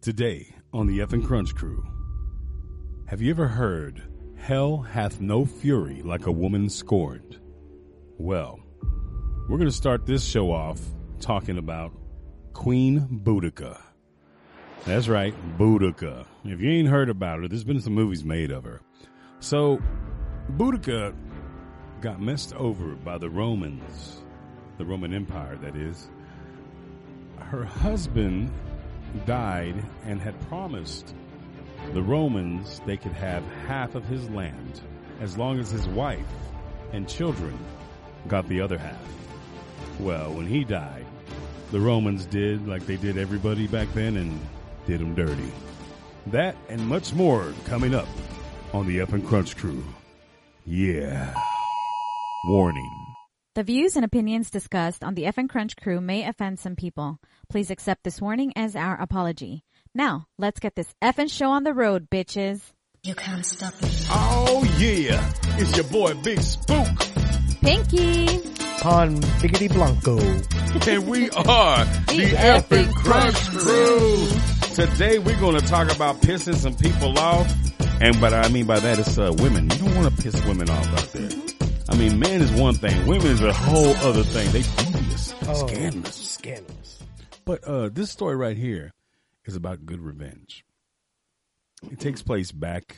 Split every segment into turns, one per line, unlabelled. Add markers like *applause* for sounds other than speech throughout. Today on the F and Crunch Crew. Have you ever heard, Hell hath no fury like a woman scorned? Well, we're going to start this show off talking about Queen Boudica. That's right, Boudica. If you ain't heard about her, there's been some movies made of her. So, Boudica got messed over by the Romans, the Roman Empire, that is. Her husband died and had promised the Romans they could have half of his land as long as his wife and children got the other half. Well, when he died, the Romans did like they did everybody back then and did him dirty. That and much more coming up on the Up and Crunch Crew. Yeah. Warning.
The views and opinions discussed on the F and Crunch crew may offend some people. Please accept this warning as our apology. Now, let's get this effing show on the road, bitches.
You can't stop me.
Oh yeah, it's your boy Big Spook,
Pinky!
on Biggity Blanco.
and we are the Epic Crunch Crew. Today we're going to talk about pissing some people off, and what I mean by that is uh, women. You don't want to piss women off out there. I mean, men is one thing, women is a whole other thing. They devious, scandalous.
Scandalous.
Oh. But uh, this story right here is about good revenge. It takes place back,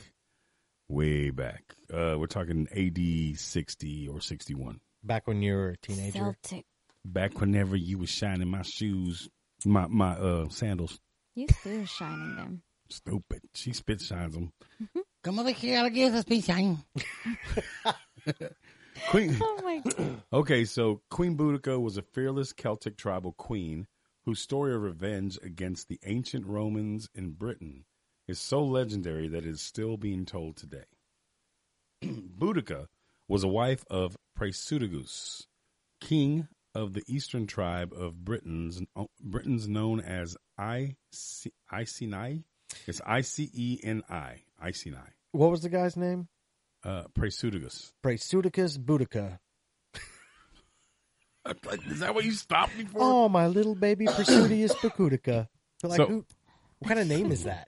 way back. Uh, we're talking AD 60 or 61.
Back when you were a teenager.
Celtic.
Back whenever you was shining my shoes, my, my uh, sandals.
You still shining them.
Stupid. She spit shines them.
Mm-hmm. Come over here, I'll give us a shine.
*laughs* Queen.
Oh my god.
Okay, so Queen Boudica was a fearless Celtic tribal queen whose story of revenge against the ancient Romans in Britain is so legendary that it is still being told today. *clears throat* Boudica was a wife of Prasutagus, king of the eastern tribe of Britons, Britons known as Ic- Iceni. It's I C E N I, Iceni.
What was the guy's name?
Uh, Prasutagus.
Praesuticus Boudica.
Uh, Is that what you stopped me for?
Oh, my little baby Praesuticus Bacutica. Like,
So-
who, what kind of name is that?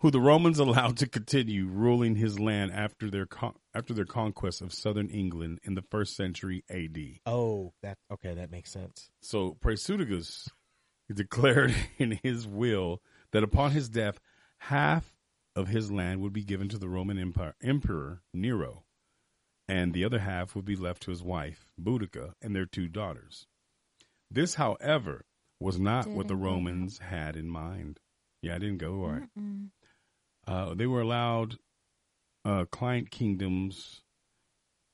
who the Romans *laughs* allowed to continue ruling his land after their con- after their conquest of southern England in the first century A.D.
Oh, that okay, that makes sense.
So Prasutagus *laughs* declared *laughs* in his will that upon his death, half of his land would be given to the Roman Empire, Emperor Nero, and the other half would be left to his wife Boudica and their two daughters. This, however, was not what the
Didn't go
Romans had in mind. Yeah, I didn't go
Mm-hmm.
all right.
Mm-mm.
Uh, they were allowed uh, client kingdoms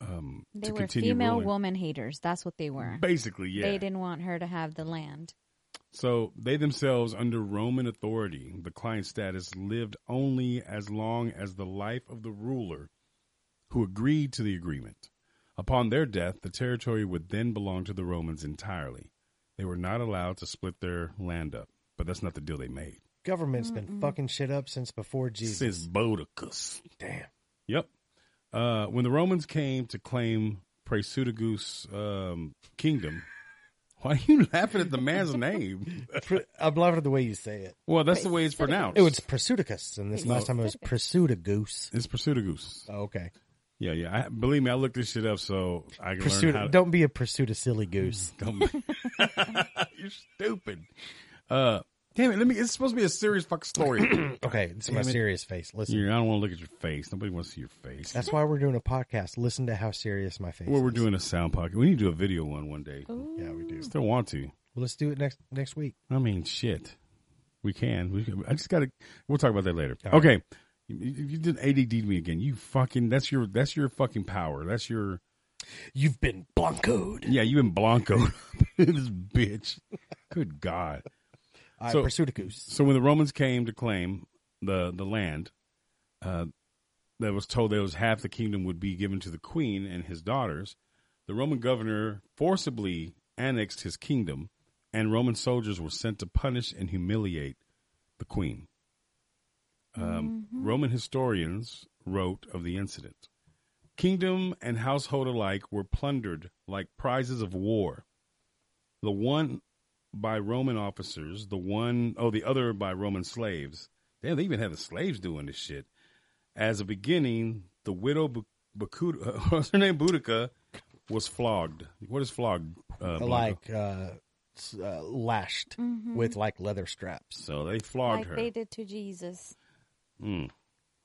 um,
They
to
were
continue
female
ruling.
woman haters. That's what they were.
Basically, yeah.
They didn't want her to have the land.
So they themselves, under Roman authority, the client status lived only as long as the life of the ruler who agreed to the agreement. Upon their death, the territory would then belong to the Romans entirely. They were not allowed to split their land up, but that's not the deal they made.
Government's been fucking shit up since before Jesus.
Says Boudicus.
Damn.
Yep. Uh, when the Romans came to claim Prasutagus' um, kingdom, why are you laughing at the man's name?
Pra- I'm loving the way you say it.
Well, that's the way it's pronounced.
It was Praesuticus, and this last time it was Praesudagoose.
It's Prasutagus.
Oh, okay.
Yeah, yeah. I, believe me, I looked this shit up so I can learn how
Pursuit,
to.
don't be a pursuit of silly goose.
Dumb. *laughs* You're stupid. Uh, damn it. Let me. It's supposed to be a serious fucking
*clears throat*
story.
Okay, this is
Mm-hmm. Damn
my
it.
serious face. Listen,
Yeah, I don't want to look at your face. Nobody wants to see your face.
that's why we're doing a podcast. Listen to how serious my face.
Well, we're
is.
doing a sound pocket. We need to do a video one one day.
Yeah, we do.
Still want to.
Well, let's do it next next week.
I mean, shit. We can. We can. I just gotta. We'll talk about that later. Okay. You, you you did ADD me again. You fucking. That's your. That's your fucking power. That's your.
You've been blancoed.
Yeah, you been Blanco. *laughs* this bitch. Good God.
I
So-
pursued a goose.
So when the Romans came to claim the the land, uh, that was told that was half the kingdom would be given to the queen and his daughters. The Roman governor forcibly annexed his kingdom, and Roman soldiers were sent to punish and humiliate the queen. Um, Roman historians wrote of the incident. Kingdom and household alike were plundered like prizes of war. The one by Roman officers, the one oh the other by Roman slaves. Damn, they even had the slaves doing this shit. As a beginning, the widow Bu- Bakuda, *laughs* what's her name, Boudica, was flogged. What is flogged? Uh, Blanco?
like uh, s- uh, lashed
Mm-hmm.
with like leather straps.
So they flogged
like
her.
they did to Jesus.
Mm.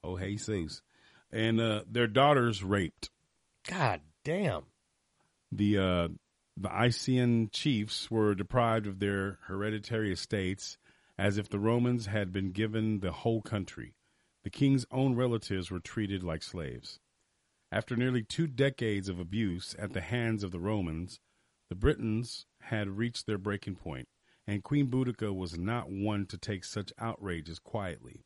Oh, Jesus. And uh, their daughters raped.
God damn.
The uh, the Ician chiefs were deprived of their hereditary estates as if the Romans had been given the whole country. The king's own relatives were treated like slaves. After nearly two decades of abuse at the hands of the Romans, the Britons had reached their breaking point, and Queen Boudica was not one to take such outrages quietly.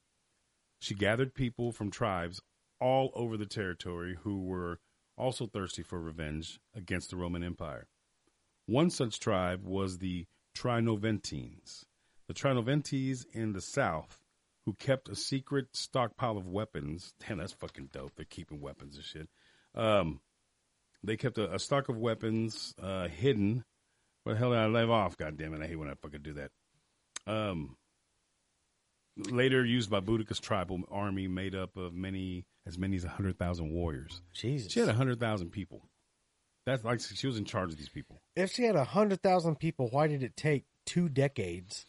She gathered people from tribes all over the territory who were also thirsty for revenge against the Roman Empire. One such tribe was the Trinoventines. The Trinoventes in the south, who kept a secret stockpile of weapons. Damn, that's fucking dope. They're keeping weapons and shit. Um, they kept a, a stock of weapons uh, hidden. What the hell did I leave off? God damn it. I hate when I fucking do that. Um, later used by Boudica's tribal army made up of many as many as 100,000 warriors.
Jesus.
She had 100,000 people. That's like she was in charge of these people.
if she had a 100,000 people, why did it take two decades?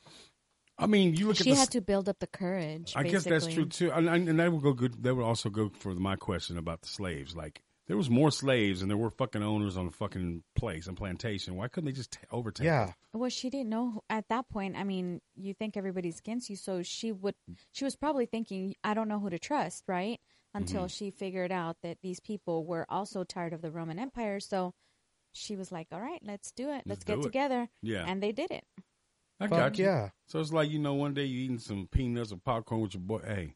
I mean, you look
She
at the
had to build up the courage.
I guess that's true
basically.
too, and, and and that would go good. That would also go for my question about the slaves. Like there was more slaves than there were fucking owners on a fucking place and plantation. Why couldn't they just t- overtake?
Yeah.
them?
Well, she didn't know who- at that point. I mean, you think everybody's against you, so she would. She was probably thinking, "I don't know who to trust," right?
Mm-hmm.
Until she figured out that these people were also tired of the Roman Empire, so she was like, "All right, let's do it. Let's,
do
get
it."
together."
Yeah.
and they did it.
I
Fuck
got you.
yeah.
So it's like you know, one day you eating some peanuts or popcorn with your boy. Hey,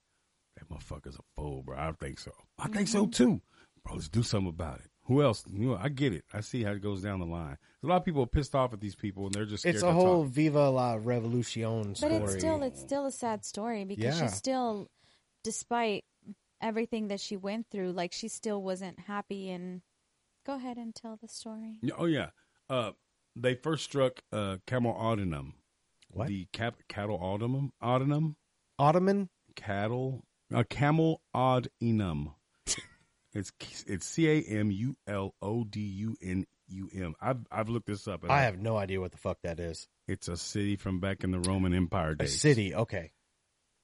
that motherfucker's a fool, bro. I think so. I think
Mm-hmm.
so too, bro. Let's do something about it. Who else? You know, I get it. I see how it goes down the line. A lot of people are pissed off at these people, and they're just scared
It's
to
a whole
talk.
Viva la Revolucion
But
story.
it's still it's still a sad story because
Yeah.
she still, despite everything that she went through, like she still wasn't happy. And go ahead and tell the story.
Yeah, Oh yeah. Uh, they first struck uh, Camel Audenum.
what?
The cap- cattle autumn, autumn,
Ottoman?
cattle, uh, camel odd
*laughs*
enum. it's it's C A M U L O D U N U M. I've I've looked this up. and
I have no idea what the fuck that is.
It's a city from back in the Roman Empire
A
days.
city. Okay.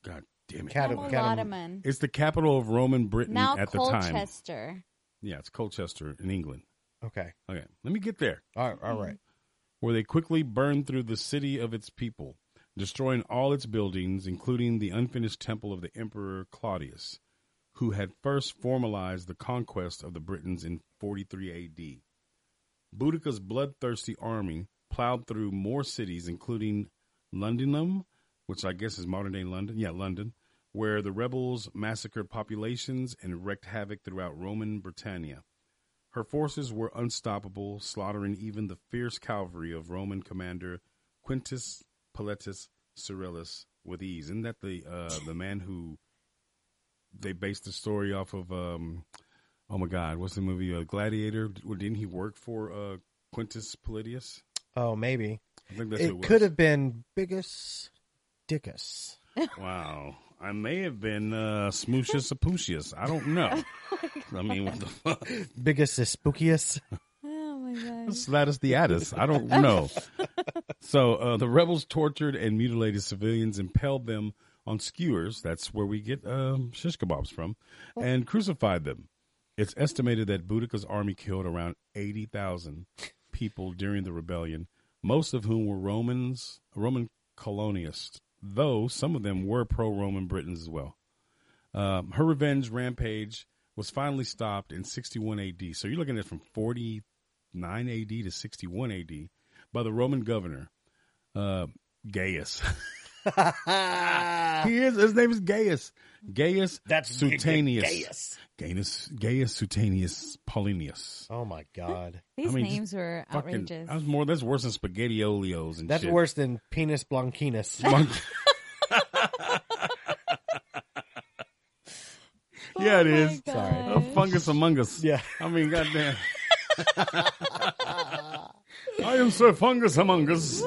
God damn it!
Cat-
Camel
Catam- Catam-
Ottoman.
It's the capital of Roman Britain
Oh, now
at the time.
Colchester.
Yeah, it's Colchester in England.
Okay.
Okay, let me get there.
All right. All right.
where they quickly burned through the city of its people, destroying all its buildings, including the unfinished temple of the Emperor Claudius, who had first formalized the conquest of the Britons in 43 AD. Boudica's bloodthirsty army plowed through more cities, including Londinum, which I guess is modern day London. Yeah, London, where the rebels massacred populations and wreaked havoc throughout Roman Britannia. Her forces were unstoppable, slaughtering even the fierce cavalry of Roman commander Quintus Paletus Cyrillus with ease. Isn't that the uh, the man who they based the story off of? Um, oh my God, what's the movie? Uh, Gladiator. Well, Didn't he work for uh, Quintus Palletius?
Mm-hmm.
Oh, maybe.
I think that's who it
it
was.
could have been Biggest Dickus.
Wow. I may have been uh, Smoocius Aputius. I don't know. I mean, what the fuck?
Biggest is spookiest.
Oh my god.
Slatus the Addis. I don't know. so uh, the rebels tortured and mutilated civilians, impaled them on skewers. That's where we get um, shish kebabs from, and crucified them. It's estimated that Boudica's army killed around 80,000 people during the rebellion, most of whom were Romans, Roman colonists, though some of them were pro Roman Britons as well. Um, her revenge rampage was finally stopped in 61 AD. So you're looking at from 49 AD to 61 AD by the Roman governor, uh, Gaius.
*laughs*
he is, his name is Gaius. Gaius *laughs* Suetonius. Gaius, Gaius Suetonius Paulinius.
Oh my god,
These
I mean, just
names were
Fucking,
outrageous.
that's more. That's worse than spaghettiolios and
that's
shit.
worse than penis
*laughs*
blanquinus.
Monkey. yeah, it
Oh my
is. Oh,
Sorry.
A fungus among us.
*laughs* Yeah.
I mean, goddamn. I am Sir Fungus Among Us.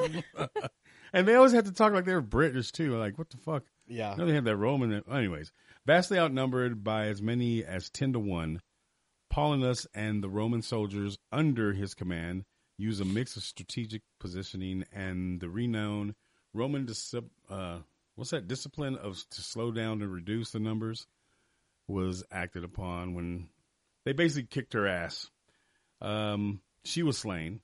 *laughs* and they always had to talk like they were British too. Like, what the fuck?
Yeah.
No, they had that Roman. Anyways, vastly outnumbered by as many as ten to one, Paulinus and the Roman soldiers under his command used a mix of strategic positioning and the renowned Roman dis- uh, what's that discipline of to slow down and reduce the numbers was acted upon when they basically kicked her ass. Um, she was slain.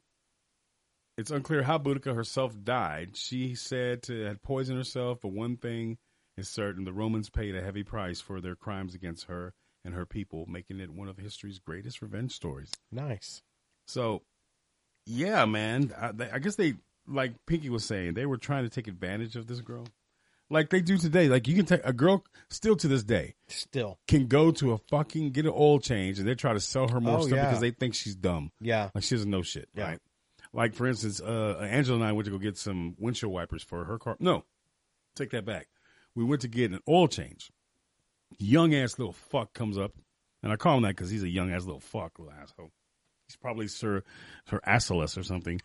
It's unclear how Boudica herself died. She said to had poisoned herself, but one thing is certain: the Romans paid a heavy price for their crimes against her and her people, making it one of history's greatest revenge stories.
Nice.
So, yeah, man, I, they, I guess they like Pinky was saying they were trying to take advantage of this girl, like they do today. Like you can take a girl still to this day
Still.
can go to a fucking get an oil change and they try to sell her more
Oh,
stuff
yeah.
because they think she's dumb.
Yeah.
Like she doesn't know shit,
Yeah.
right? Like for instance, uh, Angela and I went to go get some windshield wipers for her car. No, take that back. We went to get an oil change. Young ass little fuck comes up, and I call him that because he's a young ass little fuck, little asshole. He's probably Sir Sir Asseles or something.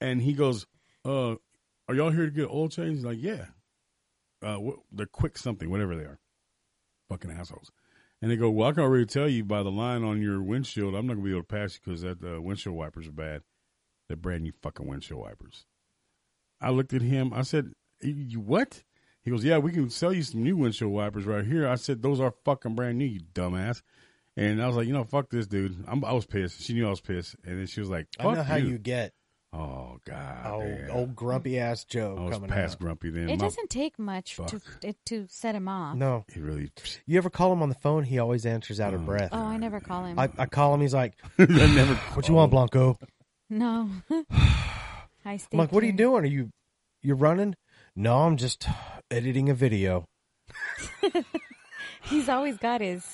and he goes, "Uh, are y'all here to get oil change?" He's like, "Yeah." Uh, wh- they're quick something, whatever they are. Fucking assholes. And they go, well, I can already tell you by the line on your windshield, I'm not gonna be able to pass you because that uh, windshield wipers are bad. They're brand new fucking windshield wipers. I looked at him. I said, "You- "You what?" He goes, "Yeah, we can sell you some new windshield wipers right here." I said, "Those are fucking brand new, you dumbass." And I was like, "You know, fuck this dude." I'm, I was pissed. She knew I was pissed, and then she was like,
I
"Fuck
know how
you.
you get
Oh God!
old,
yeah.
old grumpy ass Joe
I was
oh, coming
past
out.
grumpy then.
It
My- *laughs*
doesn't take much to
Fuck.
it, to set him off.
No.
He really.
You ever call him on the phone? He always answers out
Oh,
of breath.
Oh, I never call him.
I, I call him. He's like,
*laughs* I never.
"What you want, Blanco?" *sighs*
no. I stay
I'm like, "What are you
clear.
doing? Are you you running?" No, I'm just editing a video.
He's always got his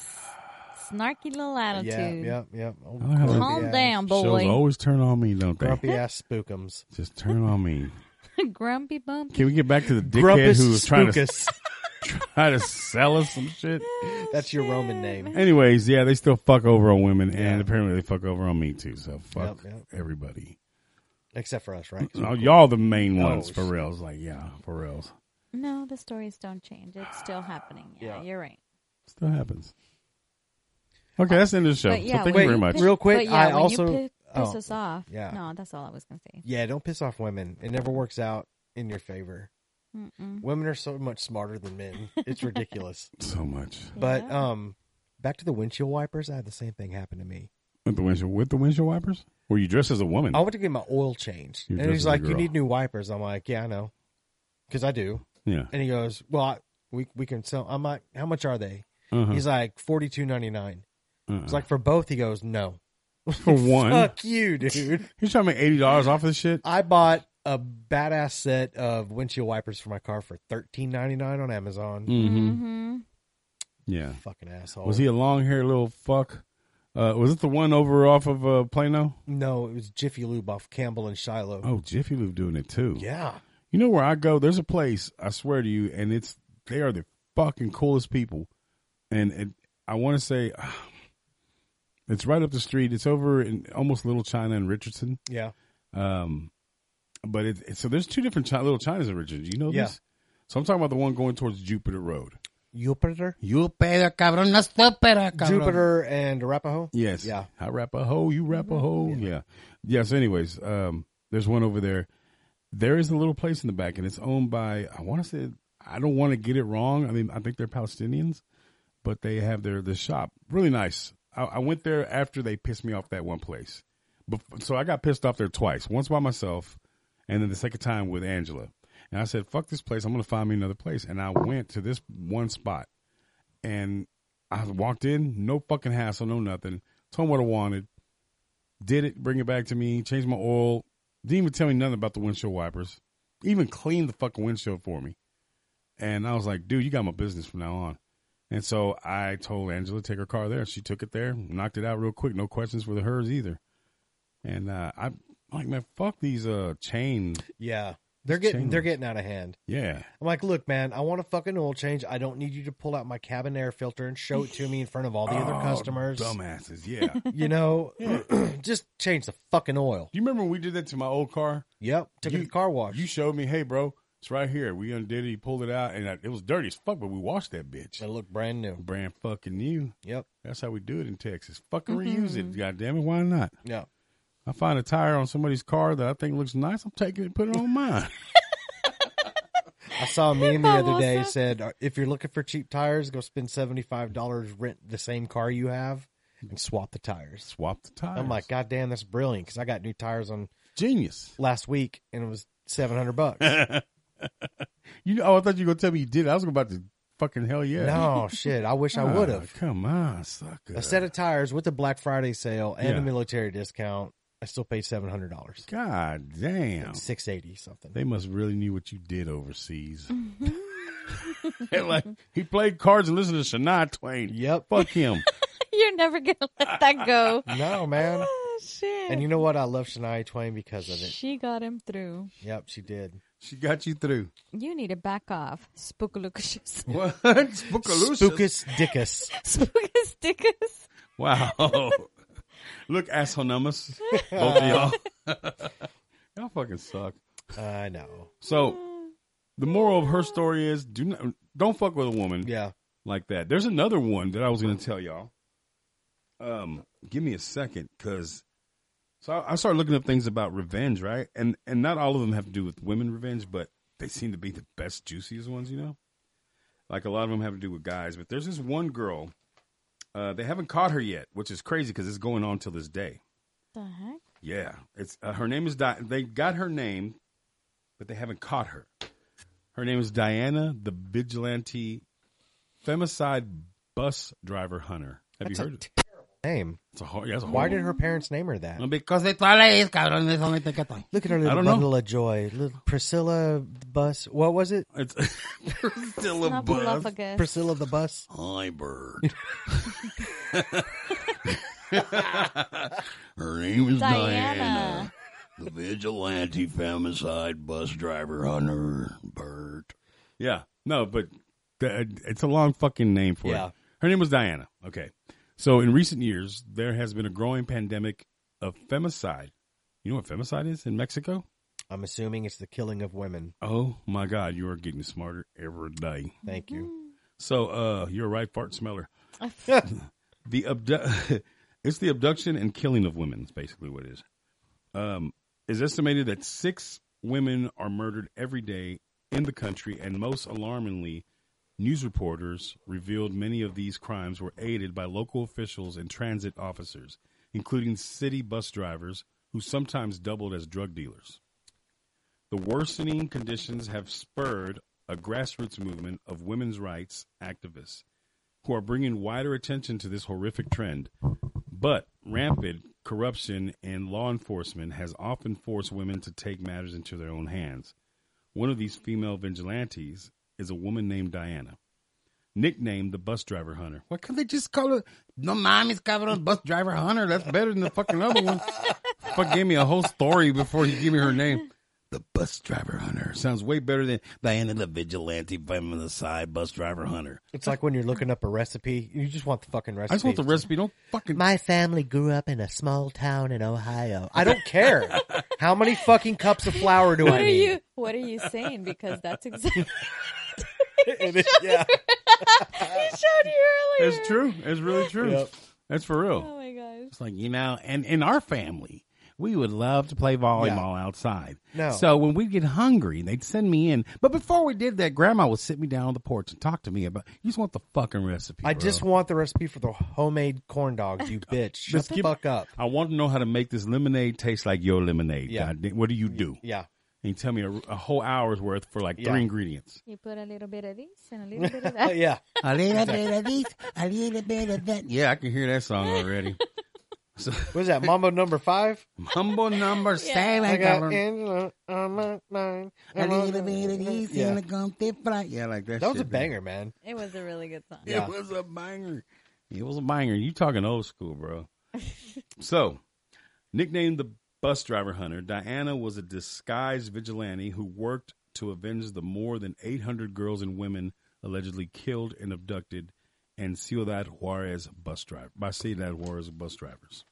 snarky little attitude.
Yeah, yeah, yeah. Old
I don't have a-
grumpy
Calm
ass-
down,
Shows
boy.
always turn on me, don't they?
grumpy ass spookums.
Just turn on me.
*laughs* Grumpy bump.
Can we get back to the dickhead
Grumpus
who was trying to
spookus.
*laughs* try to sell us some shit?
That's your Roman name.
Anyways, yeah, they still fuck over on women,
Yeah.
and apparently they fuck over on me too. So fuck
Yep, yep.
everybody.
Except for us, right? 'Cause
No,
we're cool. Oh,
Y'all the main ones.
shit.
Pharrell's like, yeah, Pharrell's
No, the stories don't change. It's still happening. Yeah,
Yeah.
you're right.
still happens. Okay, that's the end of the show.
Uh, But yeah,
so thank you
when
very
you
much.
piss-
Real quick,
but yeah,
I
when
also-
you pi- piss
oh,
us off.
yeah.
No, that's all I was gonna say.
Yeah, don't piss off women. It never works out in your favor.
Mm-mm.
Women are so much smarter than men. It's ridiculous.
so much
But
Yeah.
um, back to the windshield wipers. I had the same thing happen to me.
with the windshield with the windshield wipers. Were you dressed as a woman?
I went to get my oil changed,
Mm. You're
and
just
he's
a
like, "You
girl.
need new wipers." I'm like, "Yeah, I know, because I do."
yeah.
And he goes, "Well, I, we we can sell." I'm like, "How much are they?"
Uh-huh.
He's like, 42.99.
uh
It's like for both. He goes, "No,
*laughs* for one.
fuck you, dude."
He's trying to make eighty dollars off of this shit.
I bought a badass set of windshield wipers for my car for 13.99 on Amazon.
Mm-hmm.
Mm-hmm. *laughs*
Yeah.
Fucking asshole.
Was he a long haired little fuck? Uh, was it the one over off of uh, Plano?
No, it was Jiffy Lube off Campbell and Shiloh.
Oh, Jiffy Lube doing it too.
Yeah.
You know where I go? There's a place I swear to you, and it's they are the fucking coolest people. And, and I want to say, *sighs* it's right up the street. It's over in almost Little China and Richardson.
Yeah.
Um, but it, it- so there's two different chi- Little Chinas in Richardson. You know
Yeah.
this? So I'm talking about the one going towards Jupiter Road.
Jupiter.
Jupiter, cabrón, no supera,
Jupiter and Arapaho.
Yes.
Yeah.
I rap a hoe, you rap a hoe. Yeah. Yes. Anyways, um, there's one over there. There is a little place in the back, and it's owned by I want to say I don't want to get it wrong. I mean, I think they're Palestinians, but they have their the shop really nice. I, I went there after they pissed me off that one place, but so I got pissed off there twice. Once by myself, and then the second time with Angela. And I said, "Fuck this place! I'm gonna find me another place." And I went to this one spot, and I walked in, no fucking hassle, no nothing. Told him what I wanted. Did it, bring it back to me, changed my oil. Didn't even tell me nothing about the windshield wipers. Even cleaned the fucking windshield for me. And I was like, dude, you got my business from now on. And so I told Angela to take her car there. She took it there, knocked it out real quick. No questions with hers either. And uh, I, I'm like, man, fuck these uh, chain
Yeah. They're getting
chain
they're
link.
getting out of hand.
Yeah.
I'm like, look, man, I want a fucking oil change. I don't need you to pull out my cabin air filter and show it to me in front of all the
Oh,
other customers.
Dumbasses. Yeah. *laughs* Do
*laughs* You know, *clears throat* just change the fucking oil.
you remember when we did that to my old car?
Yep, took it
You-
to the car wash.
You showed me, hey, bro, it's right here. We undid it, he pulled it out, and I, it was dirty as fuck, but we washed that bitch.
it looked brand new.
Brand fucking new.
Yep,
That's how we do it in Texas. Fucking
Mm-hmm.
reuse it. God damn it. Why not? *laughs*
yep.
I find a tire on somebody's car that I think looks nice. I'm taking it and put
*laughs*
it on mine.
I saw a meme the other
Babosa.
day said, "Uh, if you're looking for cheap tires, go spend seventy five dollars, rent the same car you have, and swap the tires.
Swap the tires.
I'm like, Oh God damn, that's brilliant because I got new tires on
genius.
last week and it was seven
*laughs*
hundred bucks.
You know, oh, I thought you were going to tell me you did. it. I was about to fucking hell yeah.
No shit, I wish I would have.
Ah, come on, sucker.
A set of tires with the Black Friday sale and
Yeah.
a military discount, I still paid seven hundred dollars,
God damn.
six eighty something.
They must really knew what you did overseas.
Mm-hmm.
*laughs* They're like he played cards and listened to Shania Twain.
Yep.
Fuck him.
You're never gonna let that
*laughs*
go.
no man.
Oh, shit.
And you know what? I love Shania Twain because of it.
she got him through.
Yep, she did.
*laughs* she got you through.
You need to back off. Spookalookus.
*laughs* What?
Spookus Dickus.
*laughs* Spookastickers.
Wow. *laughs* Look, *laughs* asshonymous. Both of y'all. *laughs* y'all fucking suck.
I know.
So the moral of her story is do not don't fuck with a woman
Yeah.
like that. There's another one that I was gonna tell y'all. Um, give me a second, cause so I, I started looking up things about revenge, right? And and not all of them have to do with women revenge, but they seem to be the best, juiciest ones, you know. Like a lot of them have to do with guys, but there's this one girl. Uh, they haven't caught her yet, which is crazy because it's going on till this day.
The heck?
Yeah, it's uh, her name is Di- they got her name, but they haven't caught her. Her name is Diana, the vigilante femicide bus driver hunter. Have
That's
you
a
heard? of it?
Name.
It's a hard. Yeah, that's a
Why
hard
did her parents name her that?
one. Because they thought cabrón. It's only the
Look at her
I
little
don't know.
bundle of joy. Little Priscilla the bus. What was it?
It's *laughs* still a bus.
Snuffleupagus.
Priscilla the bus.
Hi, bird. her name is
Diana.
The vigilante femicide bus driver hunter Bert.
Yeah, no, but th- it's a long fucking name for
Yeah.
it. Her name was Diana. Okay. So in recent years, there has been a growing pandemic of femicide. You know what femicide is in Mexico?
I'm assuming it's the killing of women.
Oh my God, you are getting smarter every day.
Thank you.
So uh, you're a right fart smeller.
Mm.
*laughs*
the abdu- *laughs* it's the abduction and killing of women. Is basically what it is. Um, it's estimated that six women are murdered every day in the country, and most alarmingly, news reporters revealed many of these crimes were aided by local officials and transit officers, including city bus drivers who sometimes doubled as drug dealers. The worsening conditions have spurred a grassroots movement of women's rights activists who are bringing wider attention to this horrific trend. But rampant corruption in law enforcement has often forced women to take matters into their own hands. One of these female vigilantes is a woman named Diana, nicknamed the bus driver hunter. Why can't they just call her no mommy's cabrón bus driver hunter? That's better than the fucking other one. *laughs* Fuck gave me a whole story before he gave me her name.
The bus driver hunter.
Sounds way better than
Diana the vigilante femicide bus driver hunter.
It's like when you're looking up a recipe. You just want the fucking recipe.
I just want the recipe. Don't fucking
My family grew up in a small town in Ohio. I don't *laughs* care. How many fucking cups of flour do I
What are
need?
you? What are you saying? Because that's exactly
*laughs* It is- yeah.
he showed you earlier.
It's true. It's really true.
Yep.
That's for real.
Oh my gosh.
It's like, you know, and in our family, we would love to play volleyball outside.
No.
So when we'd get hungry, they'd send me in. But before we did that, grandma would sit me down on the porch and talk to me about, you just want the fucking recipe.
I
bro.
just want the recipe for the homemade corn dogs, you bitch. Shut
Let's
the
keep-
fuck up.
I want to know how to make this lemonade taste like your lemonade.
Yeah.
God damn- What do you do?
*laughs* Yeah.
And you tell me a, a whole hour's worth for like
Yeah.
three ingredients.
You put a little bit of this and a little bit of
Uh,
that.
yeah.
*laughs* a little bit of this, a little bit of that. Yeah, I can hear that song *laughs* already. so,
What is that? Mambo number five?
humble number seven.
I got uh,
cabrón.
Angela on my mind.
A little bit of this
Yeah.
and a gumpty fry. Yeah, like that.
That was a
shit,
banger, man.
It was a really good song.
man.
Yeah.
It was a banger.
*laughs*
It was a banger. You talking old school, bro? so, nicknamed the bus driver Hunter, Diana was a disguised vigilante who worked to avenge the more than 800 girls and women allegedly killed and abducted and Ciudad Juarez bus driver by Ciudad Juarez bus drivers.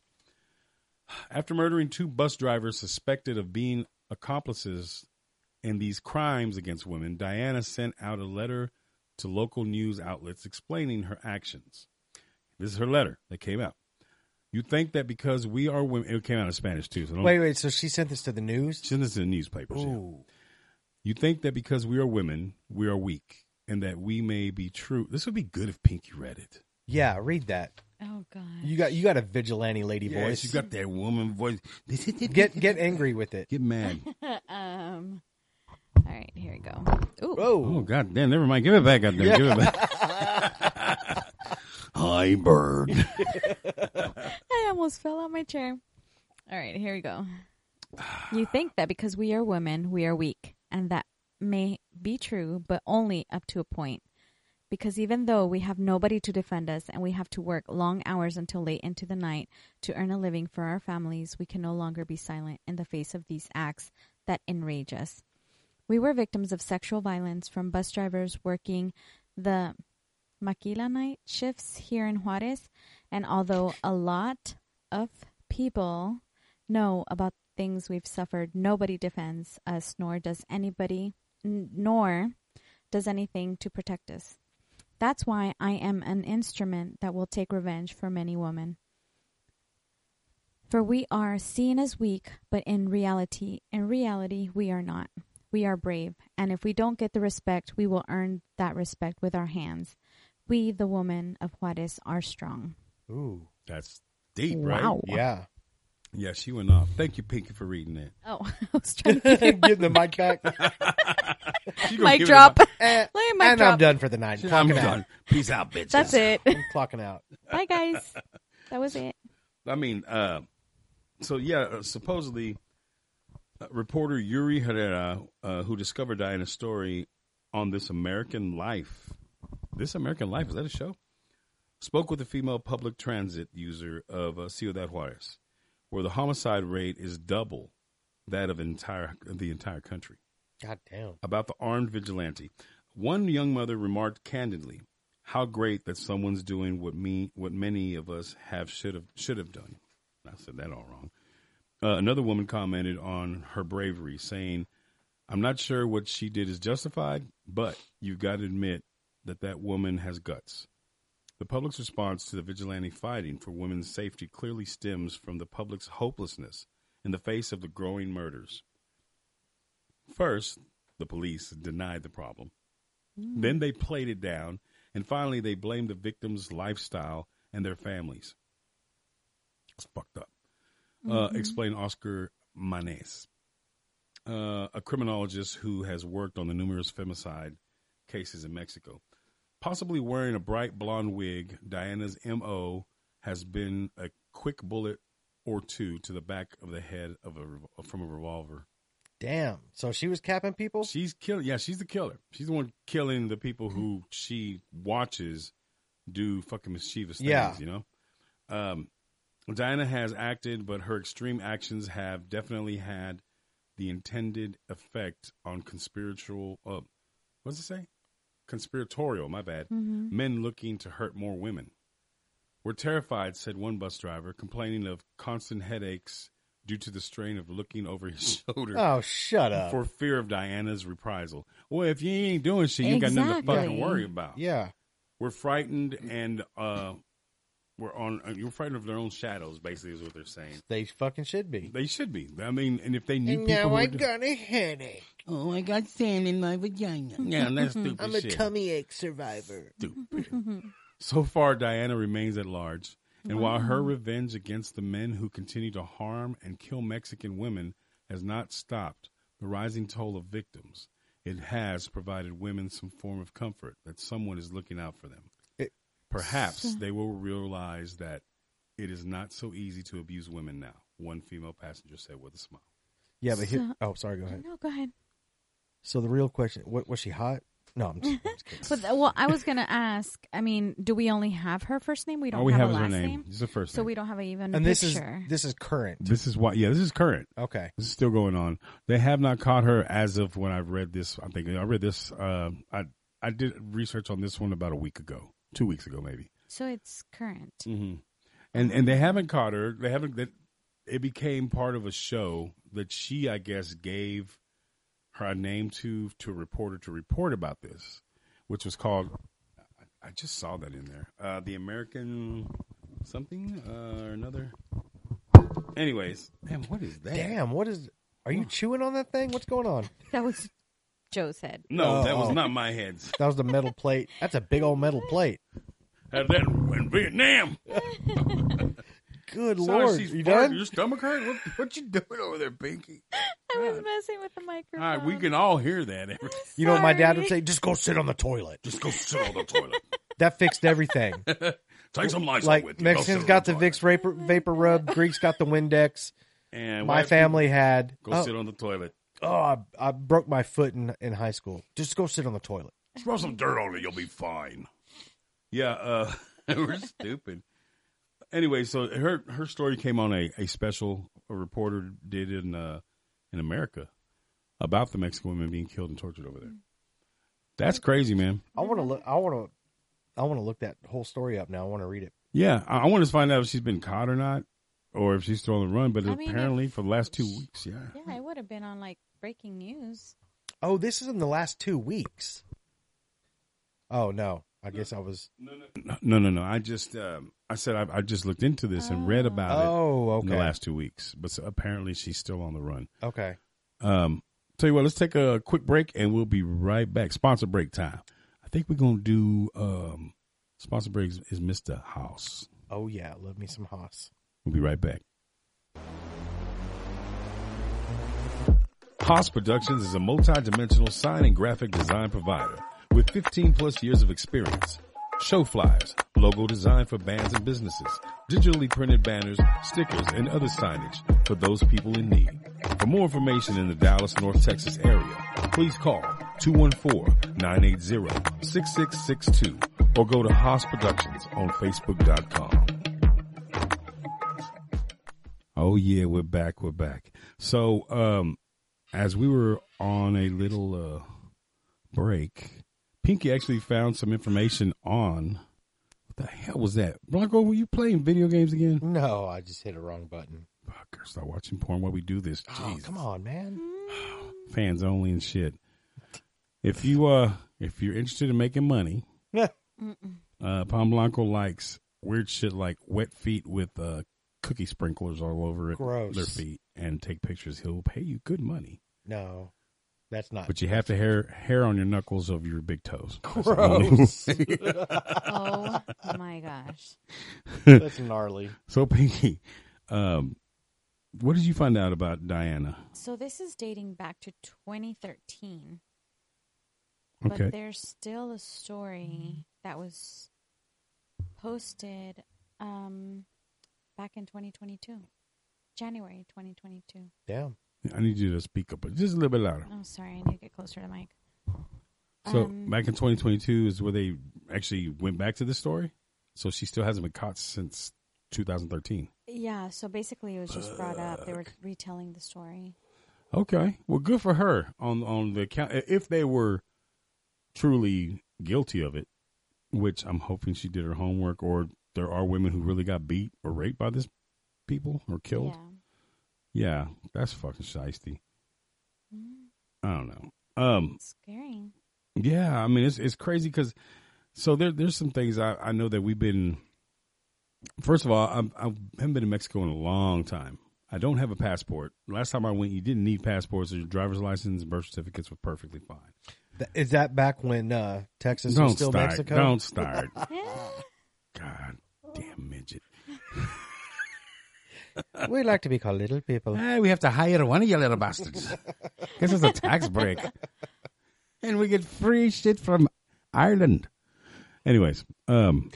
After murdering two bus drivers suspected of being accomplices in these crimes against women, Diana sent out a letter to local news outlets explaining her actions. This is her letter that came out. You think that because we are women, it came out in Spanish too. So don't
Wait, wait. So she sent this to the news.
Send this to the newspapers. yeah.
Ooh,
You think that because we are women, we are weak, and that we may be true. This would be good if Pinky read it.
yeah. Read that.
Oh God.
You got you got a vigilante lady
Yes,
voice.
you got that woman voice.
get get angry with it.
Get mad.
um. All right, here we go. Ooh.
*laughs* Oh
Whoa.
god damn, never mind. Give it back out there. Give it *laughs* back.
Hi, bird.
*laughs* I almost fell out my chair. All right, here we go. You think that because we are women, we are weak, and that may be true, but only up to a point. Because even though we have nobody to defend us and we have to work long hours until late into the night to earn a living for our families, we can no longer be silent in the face of these acts that enrage us. We were victims of sexual violence from bus drivers working the Maquila night shifts here in Juarez, and although a lot of people know about things we've suffered, nobody defends us, nor does anybody, n- nor does anything to protect us. That's why I am an instrument that will take revenge for many women. For we are seen as weak, but in reality, in reality, we are not. We are brave, and if we don't get the respect, we will earn that respect with our hands. We, the women of Juarez, are strong.
Ooh.
That's deep,
Wow.
right? *laughs*
Yeah.
Yeah, she went off. Thank you, Pinky, for reading that.
Oh, *laughs* I was
*laughs*
trying to get
Getting the mic back.
She gonna
mic
give it
drop.
back.
*laughs* Eh,
Lay a mic
and I'm
drop.
done for the night.
I'm
Clocking out.
done.
Peace out,
*laughs*
bitches.
That's it.
*laughs*
I'm clocking out.
Bye, guys. That was it.
I mean, uh, so yeah, uh, supposedly uh, reporter Yuri Herrera, uh, who discovered Diana's story on This American Life, This American Life is that a show? Spoke with a female public transit user of uh, Ciudad Juarez, where the homicide rate is double that of entire the entire country
God damn.
about the armed vigilante. One young mother remarked candidly, "How great that someone's doing what me, what many of us have should have should have done." I said that all wrong. Uh, another woman commented on her bravery, saying, "I'm not sure what she did is justified, but you've got to admit that that woman has guts." The public's response to the vigilante fighting for women's safety clearly stems from the public's hopelessness in the face of the growing murders. First, the police denied the problem. Then they played it down, and finally they blamed the victims' lifestyle and their families. It's fucked up. Uh, explain Oscar Manes, uh, a criminologist who has worked on the numerous femicide cases in Mexico. Possibly wearing a bright blonde wig, Diana's MO has been a quick bullet or two to the back of the head of a rev- from a revolver.
Damn. So she was capping people?
She's killing. Yeah, she's the killer. She's the one killing the people who she watches do fucking mischievous things.
Yeah.
You know. Um, Diana has acted, but her extreme actions have definitely had the intended effect on conspiratorial. Uh, what's it say? Conspiratorial. My bad.
Mm-hmm.
Men looking to hurt more women. We're terrified," said one bus driver, complaining of constant headaches due to the strain of looking over his *laughs* shoulder
Oh, shut up.
for fear of Diana's reprisal. Well, if you ain't doing shit, you ain't got nothing to
Exactly.
fucking worry about.
yeah.
We're frightened and uh, we're on. Uh, you're frightened of their own shadows, basically, is what they're saying.
They fucking should be.
They should be. I mean, and if they knew people, who were-
a headache.
*laughs* Oh, I got sand in my vagina.
yeah, that's stupid shit.
ache survivor.
stupid. so far, Diana remains at large, and while
Mm.
her revenge against the men who continue to harm and kill Mexican women has not stopped the rising toll of victims, it has provided women some form of comfort that someone is looking out for them.
It-
Perhaps they will realize that it is not so easy to abuse women now. One female passenger said with a smile.
Yeah, but here.
So-
Oh, sorry. Go ahead.
No, go ahead.
So the real question: What was she hot? No, I'm just, I'm just kidding.
But th- well, I was gonna ask. I mean, do we only have her first name? We don't
All Oh, we have
have, a
is her
last
name.
name,
This is the first
so
name.
we don't have a even
and this is
picture.
this is current.
This is why. Yeah, this is current.
Okay,
This is still going on. They have not caught her as of when I read this. I think I read this. Uh, I I did research on this one about a week ago, two weeks ago maybe.
so it's
*laughs*
current.
Mm-hmm. And and they haven't caught her. They haven't. That it became part of a show that she, I guess, gave her name to to a reporter to report about this, which was called. I, I just saw that in there. Uh, the American something uh, or another. Anyways, damn, what is that?
damn. What is? Are you chewing on that thing? What's going on?
That was Joe's head.
No, that was
Oh.
not my heads.
That was the metal plate. That's a big old metal plate.
Had that in Vietnam.
Good
Sorry,
lord,
she's
you
farting.
done?
Your stomach hurt? What, what you doing over there, Pinky?
I was messing with the microphone.
All right, we can all hear that.
You know what my dad would say?
Sorry.
Just go sit on the toilet.
*laughs* Just go sit on the toilet.
That
*laughs*
fixed everything.
Take some Lysol
like Mexicans got the Vicks vapor, vapor rub. Greeks got the Windex.
And
My family had.
Go
oh,
sit on the toilet.
oh, I, I broke my foot in in high school. Just go sit on the toilet.
Throw some dirt on it. You'll be fine. Yeah, uh, *laughs* we're stupid. Anyway, so her her story came on a, a special a reporter did in uh, in America about the Mexican women being killed and tortured over there. That's crazy, man.
I want to look. I want to. I want to look that whole story up now. I want to read it.
Yeah, I, I want to find out if she's been caught or not, or if she's still on the run. But
I mean,
apparently, for the last two weeks, yeah,
Yeah, it would have been on like breaking news.
Oh, this is in the last two weeks. Oh no, I guess I was.
no, no, no. I just, um, I said I, I just looked into this and read about it
Oh, okay,
in the last two weeks, but so apparently she's still on the run.
okay.
Um, tell you what, let's take a quick break and we'll be right back. Sponsor break time. I think we're gonna do um, sponsor breaks is Mister House.
Oh yeah, love me some Haas.
We'll be right back. Haas Productions is a multi-dimensional sign and graphic design provider with 15 plus years of experience. Show flyers, logo design for bands and businesses, digitally printed banners, stickers, and other signage for those people in need. For more information in the Dallas, North Texas area, please call 214-980-6662 or go to Haas Productions on Facebook.com. Oh yeah, we're back. We're back. So, um, as we were on a little uh, break, Pinky actually found some information on what the hell was that? Bronco, were you playing video games again?
No, I just hit a wrong button.
Fucker, start watching porn while we do this.
Oh,
Jeez,
come on, man.
fans only and shit. If you uh, if you're interested in making money, uh, Pan Blanco likes weird shit like wet feet with uh, cookie sprinklers all over it,
Gross.
their feet, and take pictures. He'll pay you good money.
no, that's not.
But you have to hair hair on your knuckles of your big toes. That's the only-
gross. *laughs*
Oh my gosh.
that's gnarly.
*laughs* so Pinky, um, what did you find out about Diana?
So this is dating back to 2013,
Okay.
but there's still a story that was posted um, back in 2022, January 2022.
Damn.
I need you to speak up just a little bit louder.
Oh, sorry, I need to get closer to the mic.
So
Um,
back in 2022 is where they actually went back to this story. So she still hasn't been caught since 2013.
Yeah, so basically it was just brought up. They were retelling the story.
Okay. Well, good for her on on the count. If they were truly guilty of it, which I'm hoping she did her homework, or there are women who really got beat or raped by this people or killed.
Yeah.
Yeah, that's fucking shisty. I don't know. Um,
Mm-hmm. Scary.
yeah, I mean it's it's crazy because so there there's some things I, I know that we've been. First of all, I'm, I haven't been in Mexico in a long time. I don't have a passport. Last time I went, you didn't need passports. Your driver's license and birth certificates were perfectly fine.
Th- Is that back when uh, Texas
don't
was still
start.
Mexico?
Don't
*laughs*
start. God damn midget.
We like to be called little people.
Hey, Eh, we have to hire one of you little bastards. this is a tax break. And we get free shit from Ireland. Anyways, um,